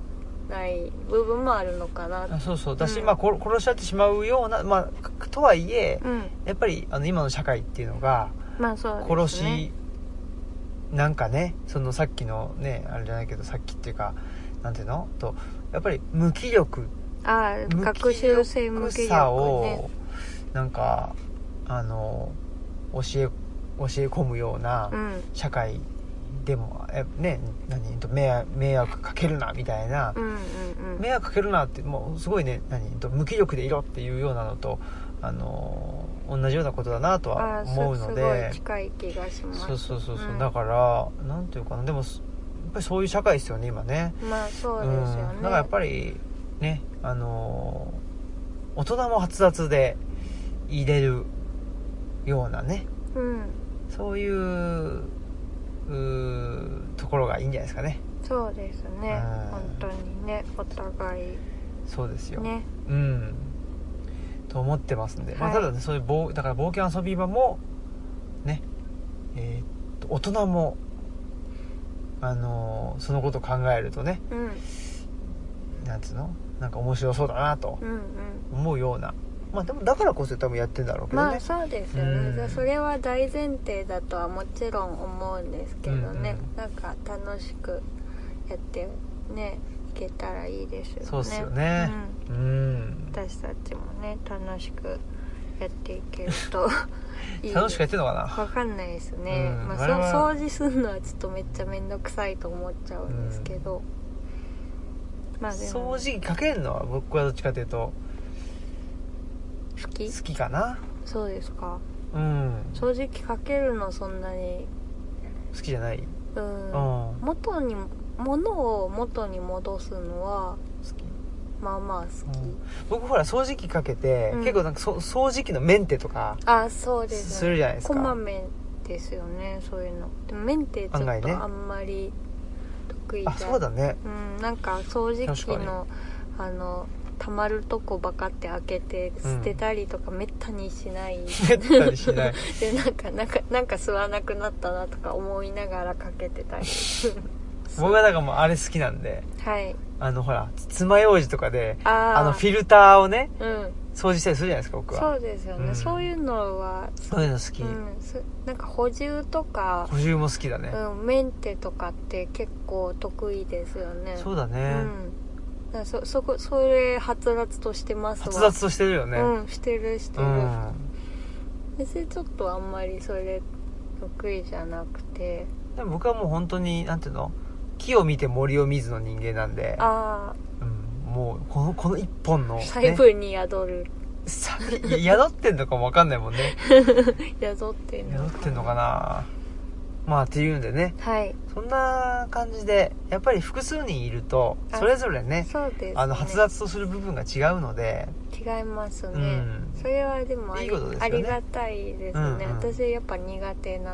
[SPEAKER 2] ない部分もあるのかな、
[SPEAKER 1] あそうそうだし、
[SPEAKER 2] うん
[SPEAKER 1] まあ、こ殺し合ってしまうような、まあ、かとはいえ
[SPEAKER 2] うん
[SPEAKER 1] やっぱりあの今の社会っていうのが
[SPEAKER 2] まあそうですね
[SPEAKER 1] 殺し、なんかねそのさっきのねあれじゃないけどさっきっていうかなんていうのとやっぱり無気力
[SPEAKER 2] ああ学習性向け
[SPEAKER 1] さ
[SPEAKER 2] 力ね
[SPEAKER 1] をなんかあの教え教え込むような
[SPEAKER 2] うん
[SPEAKER 1] 社会でも、えね何と迷惑迷惑かけるなみたいな
[SPEAKER 2] う、んうんうん
[SPEAKER 1] 迷惑かけるなってもうすごいね何と無気力でいろっていうようなのとあの同じようなことだなと
[SPEAKER 2] あ
[SPEAKER 1] は
[SPEAKER 2] あす
[SPEAKER 1] 思うのです
[SPEAKER 2] ごい近い気がします
[SPEAKER 1] そうそうそうそう、
[SPEAKER 2] うん
[SPEAKER 1] だからなんていうかなでもすやっぱりそういう社会ですよね今ね
[SPEAKER 2] まあそうですよね、
[SPEAKER 1] ん、だからやっぱりねあのー大人も発達で入れるようなね
[SPEAKER 2] うん
[SPEAKER 1] そういううーところがいいんじゃないですかね
[SPEAKER 2] そうですね、
[SPEAKER 1] うん
[SPEAKER 2] 本当にねお互い
[SPEAKER 1] そうですよ、
[SPEAKER 2] ね
[SPEAKER 1] うんと思ってますんで、まあ、
[SPEAKER 2] はい
[SPEAKER 1] ただねそういう冒だから冒険遊び場もねえーっと大人もあのーそのことを考えるとね
[SPEAKER 2] うんうん
[SPEAKER 1] なんつうのなんか面白そうだなと
[SPEAKER 2] うん
[SPEAKER 1] 思うような
[SPEAKER 4] まあでもだからこそ多分やってんだろうけどね、
[SPEAKER 2] まあそうですよ
[SPEAKER 1] うん
[SPEAKER 2] ね、それは大前提だとはもちろん思うんですけどね、
[SPEAKER 1] うんうん
[SPEAKER 2] なんか楽しくやってねいけたらいいですよね
[SPEAKER 1] そうっすよね
[SPEAKER 2] うん
[SPEAKER 1] うん
[SPEAKER 2] 私たちもね楽しくやっていける といい
[SPEAKER 1] 楽しくやってんのかな
[SPEAKER 2] わかんないですね、
[SPEAKER 1] うん
[SPEAKER 2] まあ、
[SPEAKER 1] 我々
[SPEAKER 2] そ
[SPEAKER 1] は
[SPEAKER 2] 掃除するのはちょっとめっちゃ面倒くさいと思っちゃうんですけど、まあでも
[SPEAKER 1] 掃除機かけるのは僕はどっちかというと
[SPEAKER 2] 好き
[SPEAKER 1] 好きかな
[SPEAKER 2] そうですか
[SPEAKER 1] うん
[SPEAKER 2] 掃除機かけるのそんなに
[SPEAKER 1] 好きじゃない、うん、
[SPEAKER 2] うん
[SPEAKER 1] 好
[SPEAKER 2] 元に物を元に戻すのは
[SPEAKER 1] き
[SPEAKER 2] まあまあ好き、
[SPEAKER 1] うん僕ほら掃除機かけて、
[SPEAKER 2] うん
[SPEAKER 1] 結構なんかそ掃除機のメンテとか
[SPEAKER 2] あそうです
[SPEAKER 1] す
[SPEAKER 2] ね
[SPEAKER 1] るじゃないです
[SPEAKER 2] こ
[SPEAKER 1] か
[SPEAKER 2] まめですよねそういうのでもメンテちょ
[SPEAKER 1] 案
[SPEAKER 2] っ
[SPEAKER 1] 外ね
[SPEAKER 2] とあんまり得意じゃ
[SPEAKER 1] あそうだね
[SPEAKER 2] うん、なんか掃除機
[SPEAKER 1] 確か
[SPEAKER 2] のあの溜まるとこばかって開けて捨てたりとかめったにしない、
[SPEAKER 1] めったにしない
[SPEAKER 2] でなんかなんかなんか吸わなくなったなとか思いながらかけてたり
[SPEAKER 1] 僕はだからもうあれ好きなんで
[SPEAKER 2] はい
[SPEAKER 1] あのほら爪楊枝とかで
[SPEAKER 2] ああ
[SPEAKER 1] あのフィルターをね
[SPEAKER 2] うん
[SPEAKER 1] 掃除したりするじゃないですか僕は
[SPEAKER 2] そうですよね、
[SPEAKER 1] うん
[SPEAKER 2] そういうのは、
[SPEAKER 1] そういうの好き、
[SPEAKER 2] うん、すなんか補充とか、
[SPEAKER 1] 補充も好きだね、
[SPEAKER 2] うん、メンテとかって結構得意ですよね
[SPEAKER 1] そううだね、
[SPEAKER 2] んだからそそこそれはつらつとしてますわ
[SPEAKER 1] 発達としてるよね
[SPEAKER 2] うんしてるして
[SPEAKER 1] う
[SPEAKER 2] る、
[SPEAKER 1] ん、
[SPEAKER 2] 別にちょっとあんまりそれ得意じゃなくて
[SPEAKER 1] でも僕はもう本当になんていうの木を見て森を見ずの人間なんで、
[SPEAKER 2] あ
[SPEAKER 1] うん、もうこのこの一本の、
[SPEAKER 2] あ
[SPEAKER 1] ね、
[SPEAKER 2] 細部に宿る、
[SPEAKER 1] さい宿ってんのかもわかんないもんね
[SPEAKER 2] 宿ってんの
[SPEAKER 1] 宿ってんのかなまあっていうんでね
[SPEAKER 2] はい
[SPEAKER 1] そんな感じでやっぱり複数人いると
[SPEAKER 2] あ
[SPEAKER 1] それぞれね
[SPEAKER 2] そうです、ね、
[SPEAKER 1] あの発達とする部分が違うので
[SPEAKER 2] 違いますね、
[SPEAKER 1] うん
[SPEAKER 2] それはでもあり
[SPEAKER 1] いいことです
[SPEAKER 2] あ
[SPEAKER 1] よね
[SPEAKER 2] りがたいですね、
[SPEAKER 1] うんうん
[SPEAKER 2] 私やっぱ苦手な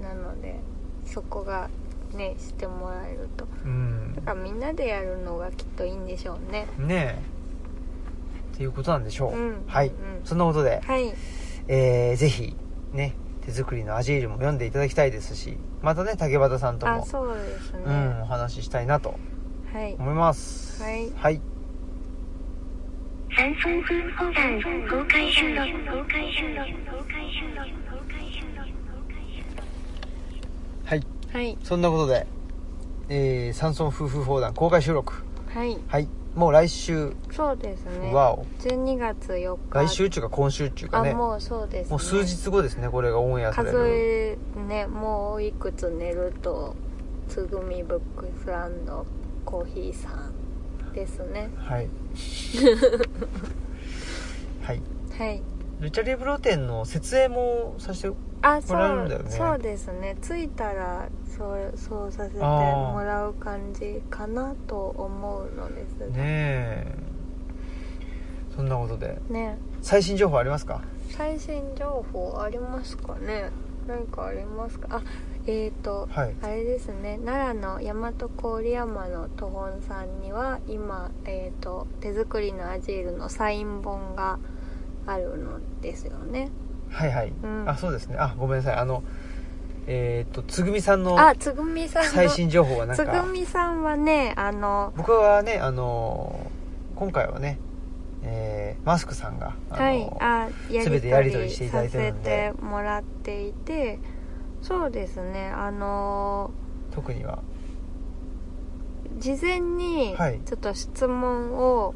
[SPEAKER 2] なのでそこがねしてもらえると
[SPEAKER 1] うん
[SPEAKER 2] だからみんなでやるのがきっといいんでしょうね
[SPEAKER 1] ねえっていうことなんでしょう、
[SPEAKER 2] うん
[SPEAKER 1] はい、
[SPEAKER 2] うん
[SPEAKER 1] そんなことで
[SPEAKER 2] はい
[SPEAKER 1] えー、ぜひね手作りのアジールも読んでいただきたいですしまたね竹端さんと
[SPEAKER 2] あ
[SPEAKER 1] も
[SPEAKER 2] そうですね、
[SPEAKER 1] うん、お話ししたいなと
[SPEAKER 2] はい
[SPEAKER 1] 思います
[SPEAKER 2] はい
[SPEAKER 1] はい、
[SPEAKER 3] 山村夫婦団公開収録公開収録公開収録公開収録公開収録
[SPEAKER 4] はい
[SPEAKER 2] はい
[SPEAKER 4] そんなことで、えー、山村夫婦砲弾公開収録
[SPEAKER 2] はい
[SPEAKER 4] はいもう来週
[SPEAKER 2] そうですね
[SPEAKER 1] わお
[SPEAKER 2] 12月4日
[SPEAKER 1] 来週中か今週中か
[SPEAKER 2] あ
[SPEAKER 1] ねも
[SPEAKER 2] もうそうです、ね、
[SPEAKER 1] う数日後ですねこれがオンエアされ
[SPEAKER 2] 数
[SPEAKER 1] る
[SPEAKER 2] えねもういくつ寝るとつぐみブックスランドコーヒーさんですね
[SPEAKER 1] はい はい
[SPEAKER 2] はい
[SPEAKER 1] ルチャリブロ展の設営もさせてよ
[SPEAKER 2] ああそ
[SPEAKER 5] もらうんだよ
[SPEAKER 2] う
[SPEAKER 5] ね
[SPEAKER 2] そうですね着いたらそうそうさせてもらう感じかなと思うのですが
[SPEAKER 5] ねえそんなことで
[SPEAKER 2] ね
[SPEAKER 5] 最新情報ありますか
[SPEAKER 2] 最新情報ありますかね何かありますかあえー、と
[SPEAKER 5] はい
[SPEAKER 2] あれですね奈良の大和郡山の都本さんには今、えー、と手作りのアジールのサイン本があるのですよね
[SPEAKER 5] はいはい、
[SPEAKER 2] うん
[SPEAKER 5] あそうですねあごめんなさいあのえーっとつぐみさんの
[SPEAKER 2] あつぐみさんの
[SPEAKER 5] 最新情報はなん
[SPEAKER 2] つ
[SPEAKER 5] か
[SPEAKER 2] ぐみさんはねあの
[SPEAKER 5] 僕はねあのー今回はね、えーマスクさんが、あの
[SPEAKER 2] はいあや
[SPEAKER 5] 全てやり取りしていただいてる
[SPEAKER 2] さ
[SPEAKER 5] んで
[SPEAKER 2] せてもらっていてそうですねあの
[SPEAKER 5] 特には
[SPEAKER 2] 事前に
[SPEAKER 5] はい
[SPEAKER 2] ちょっと質問を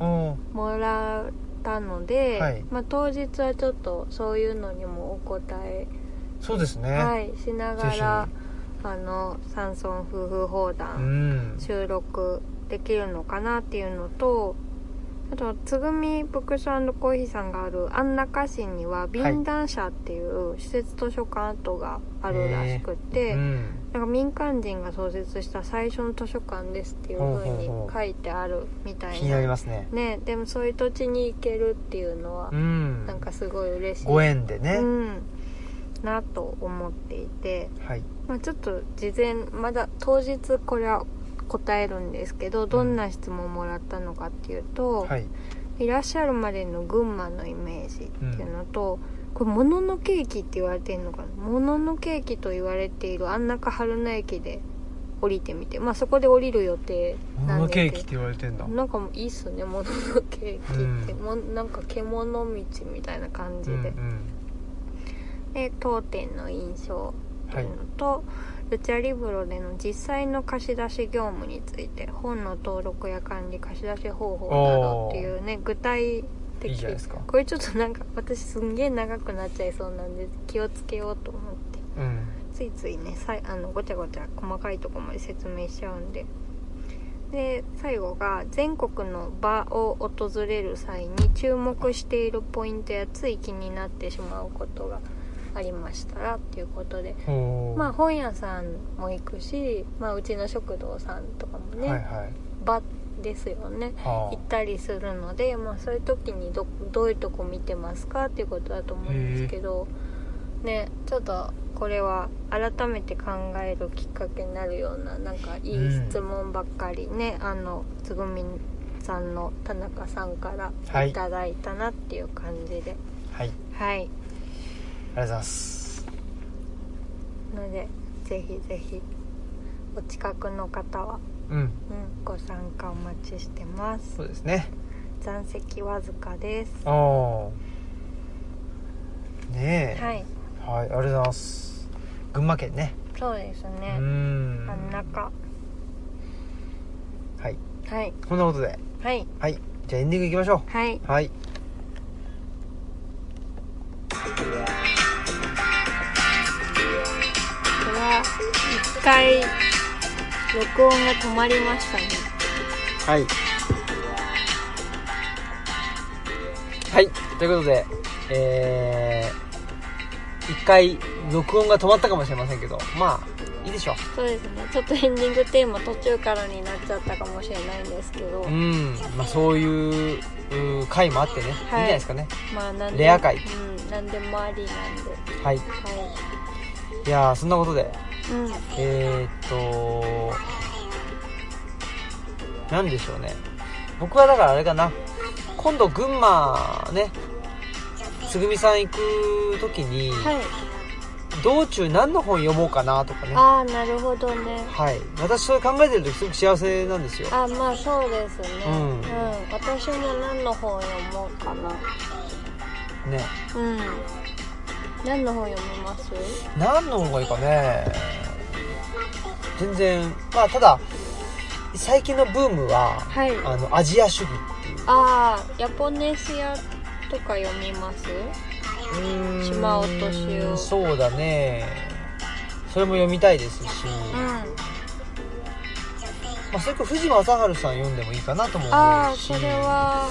[SPEAKER 5] うん
[SPEAKER 2] もらったので、
[SPEAKER 5] はい
[SPEAKER 2] まあ、当日はちょっとそういうのにもお答え、
[SPEAKER 5] そうですね、
[SPEAKER 2] はい、しなが
[SPEAKER 5] ぜ
[SPEAKER 2] らあの山村夫婦砲
[SPEAKER 5] う
[SPEAKER 2] 弾
[SPEAKER 5] ん
[SPEAKER 2] 収録できるのかなっていうのとあとつぐみブックスコーヒーさんがある安中市には便談社っていう施設図書館跡があるらしくて、
[SPEAKER 5] うん
[SPEAKER 2] なんか民間人が創設した最初の図書館ですっていう風に書いてあるみたいな
[SPEAKER 5] 気になりますね
[SPEAKER 2] ねでもそういう土地に行けるっていうのは
[SPEAKER 5] うん
[SPEAKER 2] なんかすごい嬉しい
[SPEAKER 5] ご縁でね、
[SPEAKER 2] うんなと思っていて、
[SPEAKER 5] はい
[SPEAKER 2] まあ、ちょっと事前まだ当日これは答えるんですけどどんな質問もらったのかっていうと、
[SPEAKER 5] はい
[SPEAKER 2] い、らっしゃるまでの群馬のイメージっていうのと、これもののケーキって言われてるのかなもののケーキと言われている安中春名駅で降りてみてまあそこで降りる予定
[SPEAKER 5] も
[SPEAKER 2] な
[SPEAKER 5] のの
[SPEAKER 2] んです
[SPEAKER 5] ケーキ
[SPEAKER 2] けど
[SPEAKER 5] って言われてんだ
[SPEAKER 2] なんかもういいっすね「もののケーキ」って、
[SPEAKER 5] うん
[SPEAKER 2] もんなんか獣道みたいな感じ
[SPEAKER 5] う
[SPEAKER 2] で、
[SPEAKER 5] んうん
[SPEAKER 2] で当店の印象って
[SPEAKER 5] はい
[SPEAKER 2] いうのと、ルチャリブロでの実際の貸し出し業務について本の登録や管理貸し出し方法などっていうね具体的
[SPEAKER 5] いいじゃないですか
[SPEAKER 2] これちょっとなんか私すんげえ長くなっちゃいそうなんで気をつけようと思って
[SPEAKER 5] うん
[SPEAKER 2] ついついねさいあのごちゃごちゃ細かいとこまで説明しちゃうんでで最後が全国の場を訪れる際に注目しているポイントやつい気になってしまうことがありましたらっていうことで
[SPEAKER 5] おー
[SPEAKER 2] まあ本屋さんも行くし、まあ、うちの食堂さんとかもね、
[SPEAKER 5] はいはい
[SPEAKER 2] 場ですよね
[SPEAKER 5] は
[SPEAKER 2] 行ったりするので、まあ、そういう時にどどういうとこ見てますかっていうことだと思うんですけど、ね、ちょっとこれは改めて考えるきっかけになるようななんかいい質問ばっかりね、あのつぐみさんの田中さんか
[SPEAKER 5] は
[SPEAKER 2] ら
[SPEAKER 5] い
[SPEAKER 2] いただいたなっていう感じで、
[SPEAKER 5] あはいあり
[SPEAKER 2] はい
[SPEAKER 5] がとうございます
[SPEAKER 2] のでぜひぜひお近くの方は、
[SPEAKER 5] うん
[SPEAKER 2] うん、ご参加お待ちしてます
[SPEAKER 5] そうですね
[SPEAKER 2] 残席わずかです
[SPEAKER 5] ああねえ
[SPEAKER 2] は
[SPEAKER 5] はい、あ
[SPEAKER 2] い
[SPEAKER 5] りがとうございます群馬県ね
[SPEAKER 2] そうで
[SPEAKER 5] う
[SPEAKER 2] すね、
[SPEAKER 5] ーん
[SPEAKER 2] 真ん中
[SPEAKER 5] はい
[SPEAKER 2] はい
[SPEAKER 5] こんなことで
[SPEAKER 2] はい
[SPEAKER 5] はいじゃあエンディングいきましょ
[SPEAKER 2] はいう
[SPEAKER 5] はい
[SPEAKER 2] これは一回録音が止まりましたね
[SPEAKER 5] はい
[SPEAKER 1] はいということでえー、一回録音が止まったかもしれませんけどまあいいでしょ
[SPEAKER 2] そうですねちょっとエンディングテーマ途中からになっちゃったかもしれないんですけど
[SPEAKER 1] ううんまあそういううー回もあってね、い、いんじゃないですかね
[SPEAKER 2] まあなん
[SPEAKER 1] レア回
[SPEAKER 2] うん何でもありなんで
[SPEAKER 1] はい
[SPEAKER 2] はい
[SPEAKER 1] やーそんなことで
[SPEAKER 2] いうん
[SPEAKER 1] えー、っと何でしょうね僕はだからあれかな今度群馬ねつぐみさん行く時に、
[SPEAKER 2] はい
[SPEAKER 1] 道中何の本読もうかなとかね
[SPEAKER 2] ああなるほどね
[SPEAKER 1] はい私それ考えてる時すごく幸せなんですよ
[SPEAKER 2] あまあそうですね
[SPEAKER 1] う
[SPEAKER 2] うんん、私も何の本読もうかな
[SPEAKER 1] ね
[SPEAKER 2] うん何の本読みます
[SPEAKER 1] 何の方がいいかね全然まあただ最近のブームは、
[SPEAKER 2] はい
[SPEAKER 1] あのアジア主義っていう
[SPEAKER 2] ああヤポネシアとか読みます
[SPEAKER 1] うーん
[SPEAKER 2] 島落としを
[SPEAKER 1] そうだねそれも読みたいですし、
[SPEAKER 2] う
[SPEAKER 1] まあ、それから藤間正治さん読んでもいいかなとも思
[SPEAKER 2] あ
[SPEAKER 1] う
[SPEAKER 2] あ
[SPEAKER 1] し
[SPEAKER 2] それは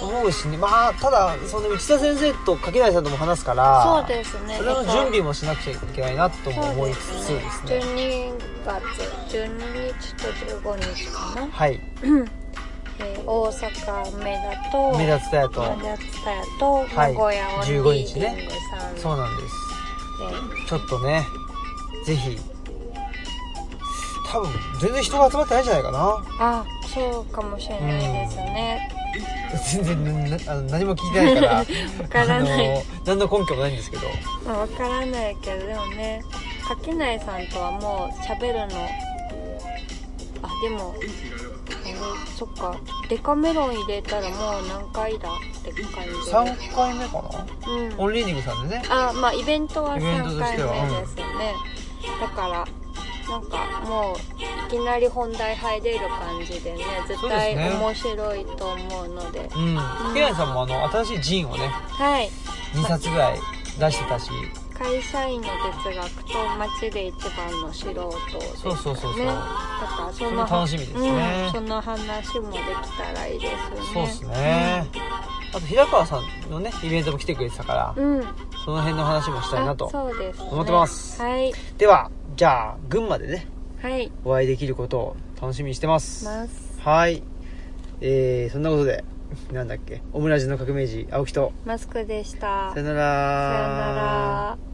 [SPEAKER 1] 思うしねまあただその内田先生と柿内さんとも話すか
[SPEAKER 2] う
[SPEAKER 1] ら
[SPEAKER 2] んそうですね
[SPEAKER 1] それの準備もしなくちゃいけないなとも思いつつですね
[SPEAKER 2] 12月12日と15日かな、
[SPEAKER 1] はい
[SPEAKER 2] えー大阪梅田と
[SPEAKER 1] 目立つやと
[SPEAKER 2] 梅田ツタヤと名
[SPEAKER 1] はい
[SPEAKER 2] 古屋オンリーディングさ
[SPEAKER 1] 15
[SPEAKER 2] んで、
[SPEAKER 1] 日ねそうなんです
[SPEAKER 2] は
[SPEAKER 1] ちょっとねぜひ多分全然人が集まってないんじゃないかな
[SPEAKER 2] あそうかもしれないですね、
[SPEAKER 1] 全然ななあの何も聞いてないから
[SPEAKER 2] わからない
[SPEAKER 1] あの何の根拠もないんですけど
[SPEAKER 2] まあ、わからないけどでもね垣内さんとはもう喋るのあでもあれそっかデカメロン入れたらもう何回だって感じ
[SPEAKER 1] 3回目かな
[SPEAKER 2] うん
[SPEAKER 5] オンリーディングさんでね
[SPEAKER 2] あまあイベントは
[SPEAKER 5] イベント
[SPEAKER 2] 3
[SPEAKER 5] とし
[SPEAKER 2] 回
[SPEAKER 5] ては
[SPEAKER 2] 目ですよね、だからなんかもういきなり本題入れる感じでね絶
[SPEAKER 5] そう
[SPEAKER 2] 対
[SPEAKER 5] ですね
[SPEAKER 2] 面白いと思うので
[SPEAKER 5] うん竹内さんもあの新しいジーンをね
[SPEAKER 2] はい
[SPEAKER 5] 2冊ぐらい出してたし
[SPEAKER 2] 会社員の哲学と街で一番の素人です
[SPEAKER 5] そうそうそうそう
[SPEAKER 2] ねだからそ
[SPEAKER 5] それ
[SPEAKER 2] の
[SPEAKER 5] 楽しみですね
[SPEAKER 2] うん、その話もできたらいいです
[SPEAKER 5] そう
[SPEAKER 2] よ
[SPEAKER 5] っ
[SPEAKER 2] ね
[SPEAKER 5] すね
[SPEAKER 1] あと平川さんのねイベントも来てくれてたから
[SPEAKER 2] うん
[SPEAKER 1] その辺の話もしたいな
[SPEAKER 2] あ
[SPEAKER 1] と
[SPEAKER 2] そうです、ね、
[SPEAKER 1] 思ってます
[SPEAKER 2] はい
[SPEAKER 1] ではじゃあ群馬でね
[SPEAKER 2] はい
[SPEAKER 1] お会いできることを楽しみにしてます
[SPEAKER 2] ます
[SPEAKER 1] はいえー、そんなことでなんだっけオムラジの革命児青木と
[SPEAKER 2] マスクでした
[SPEAKER 1] さよ
[SPEAKER 2] さよなら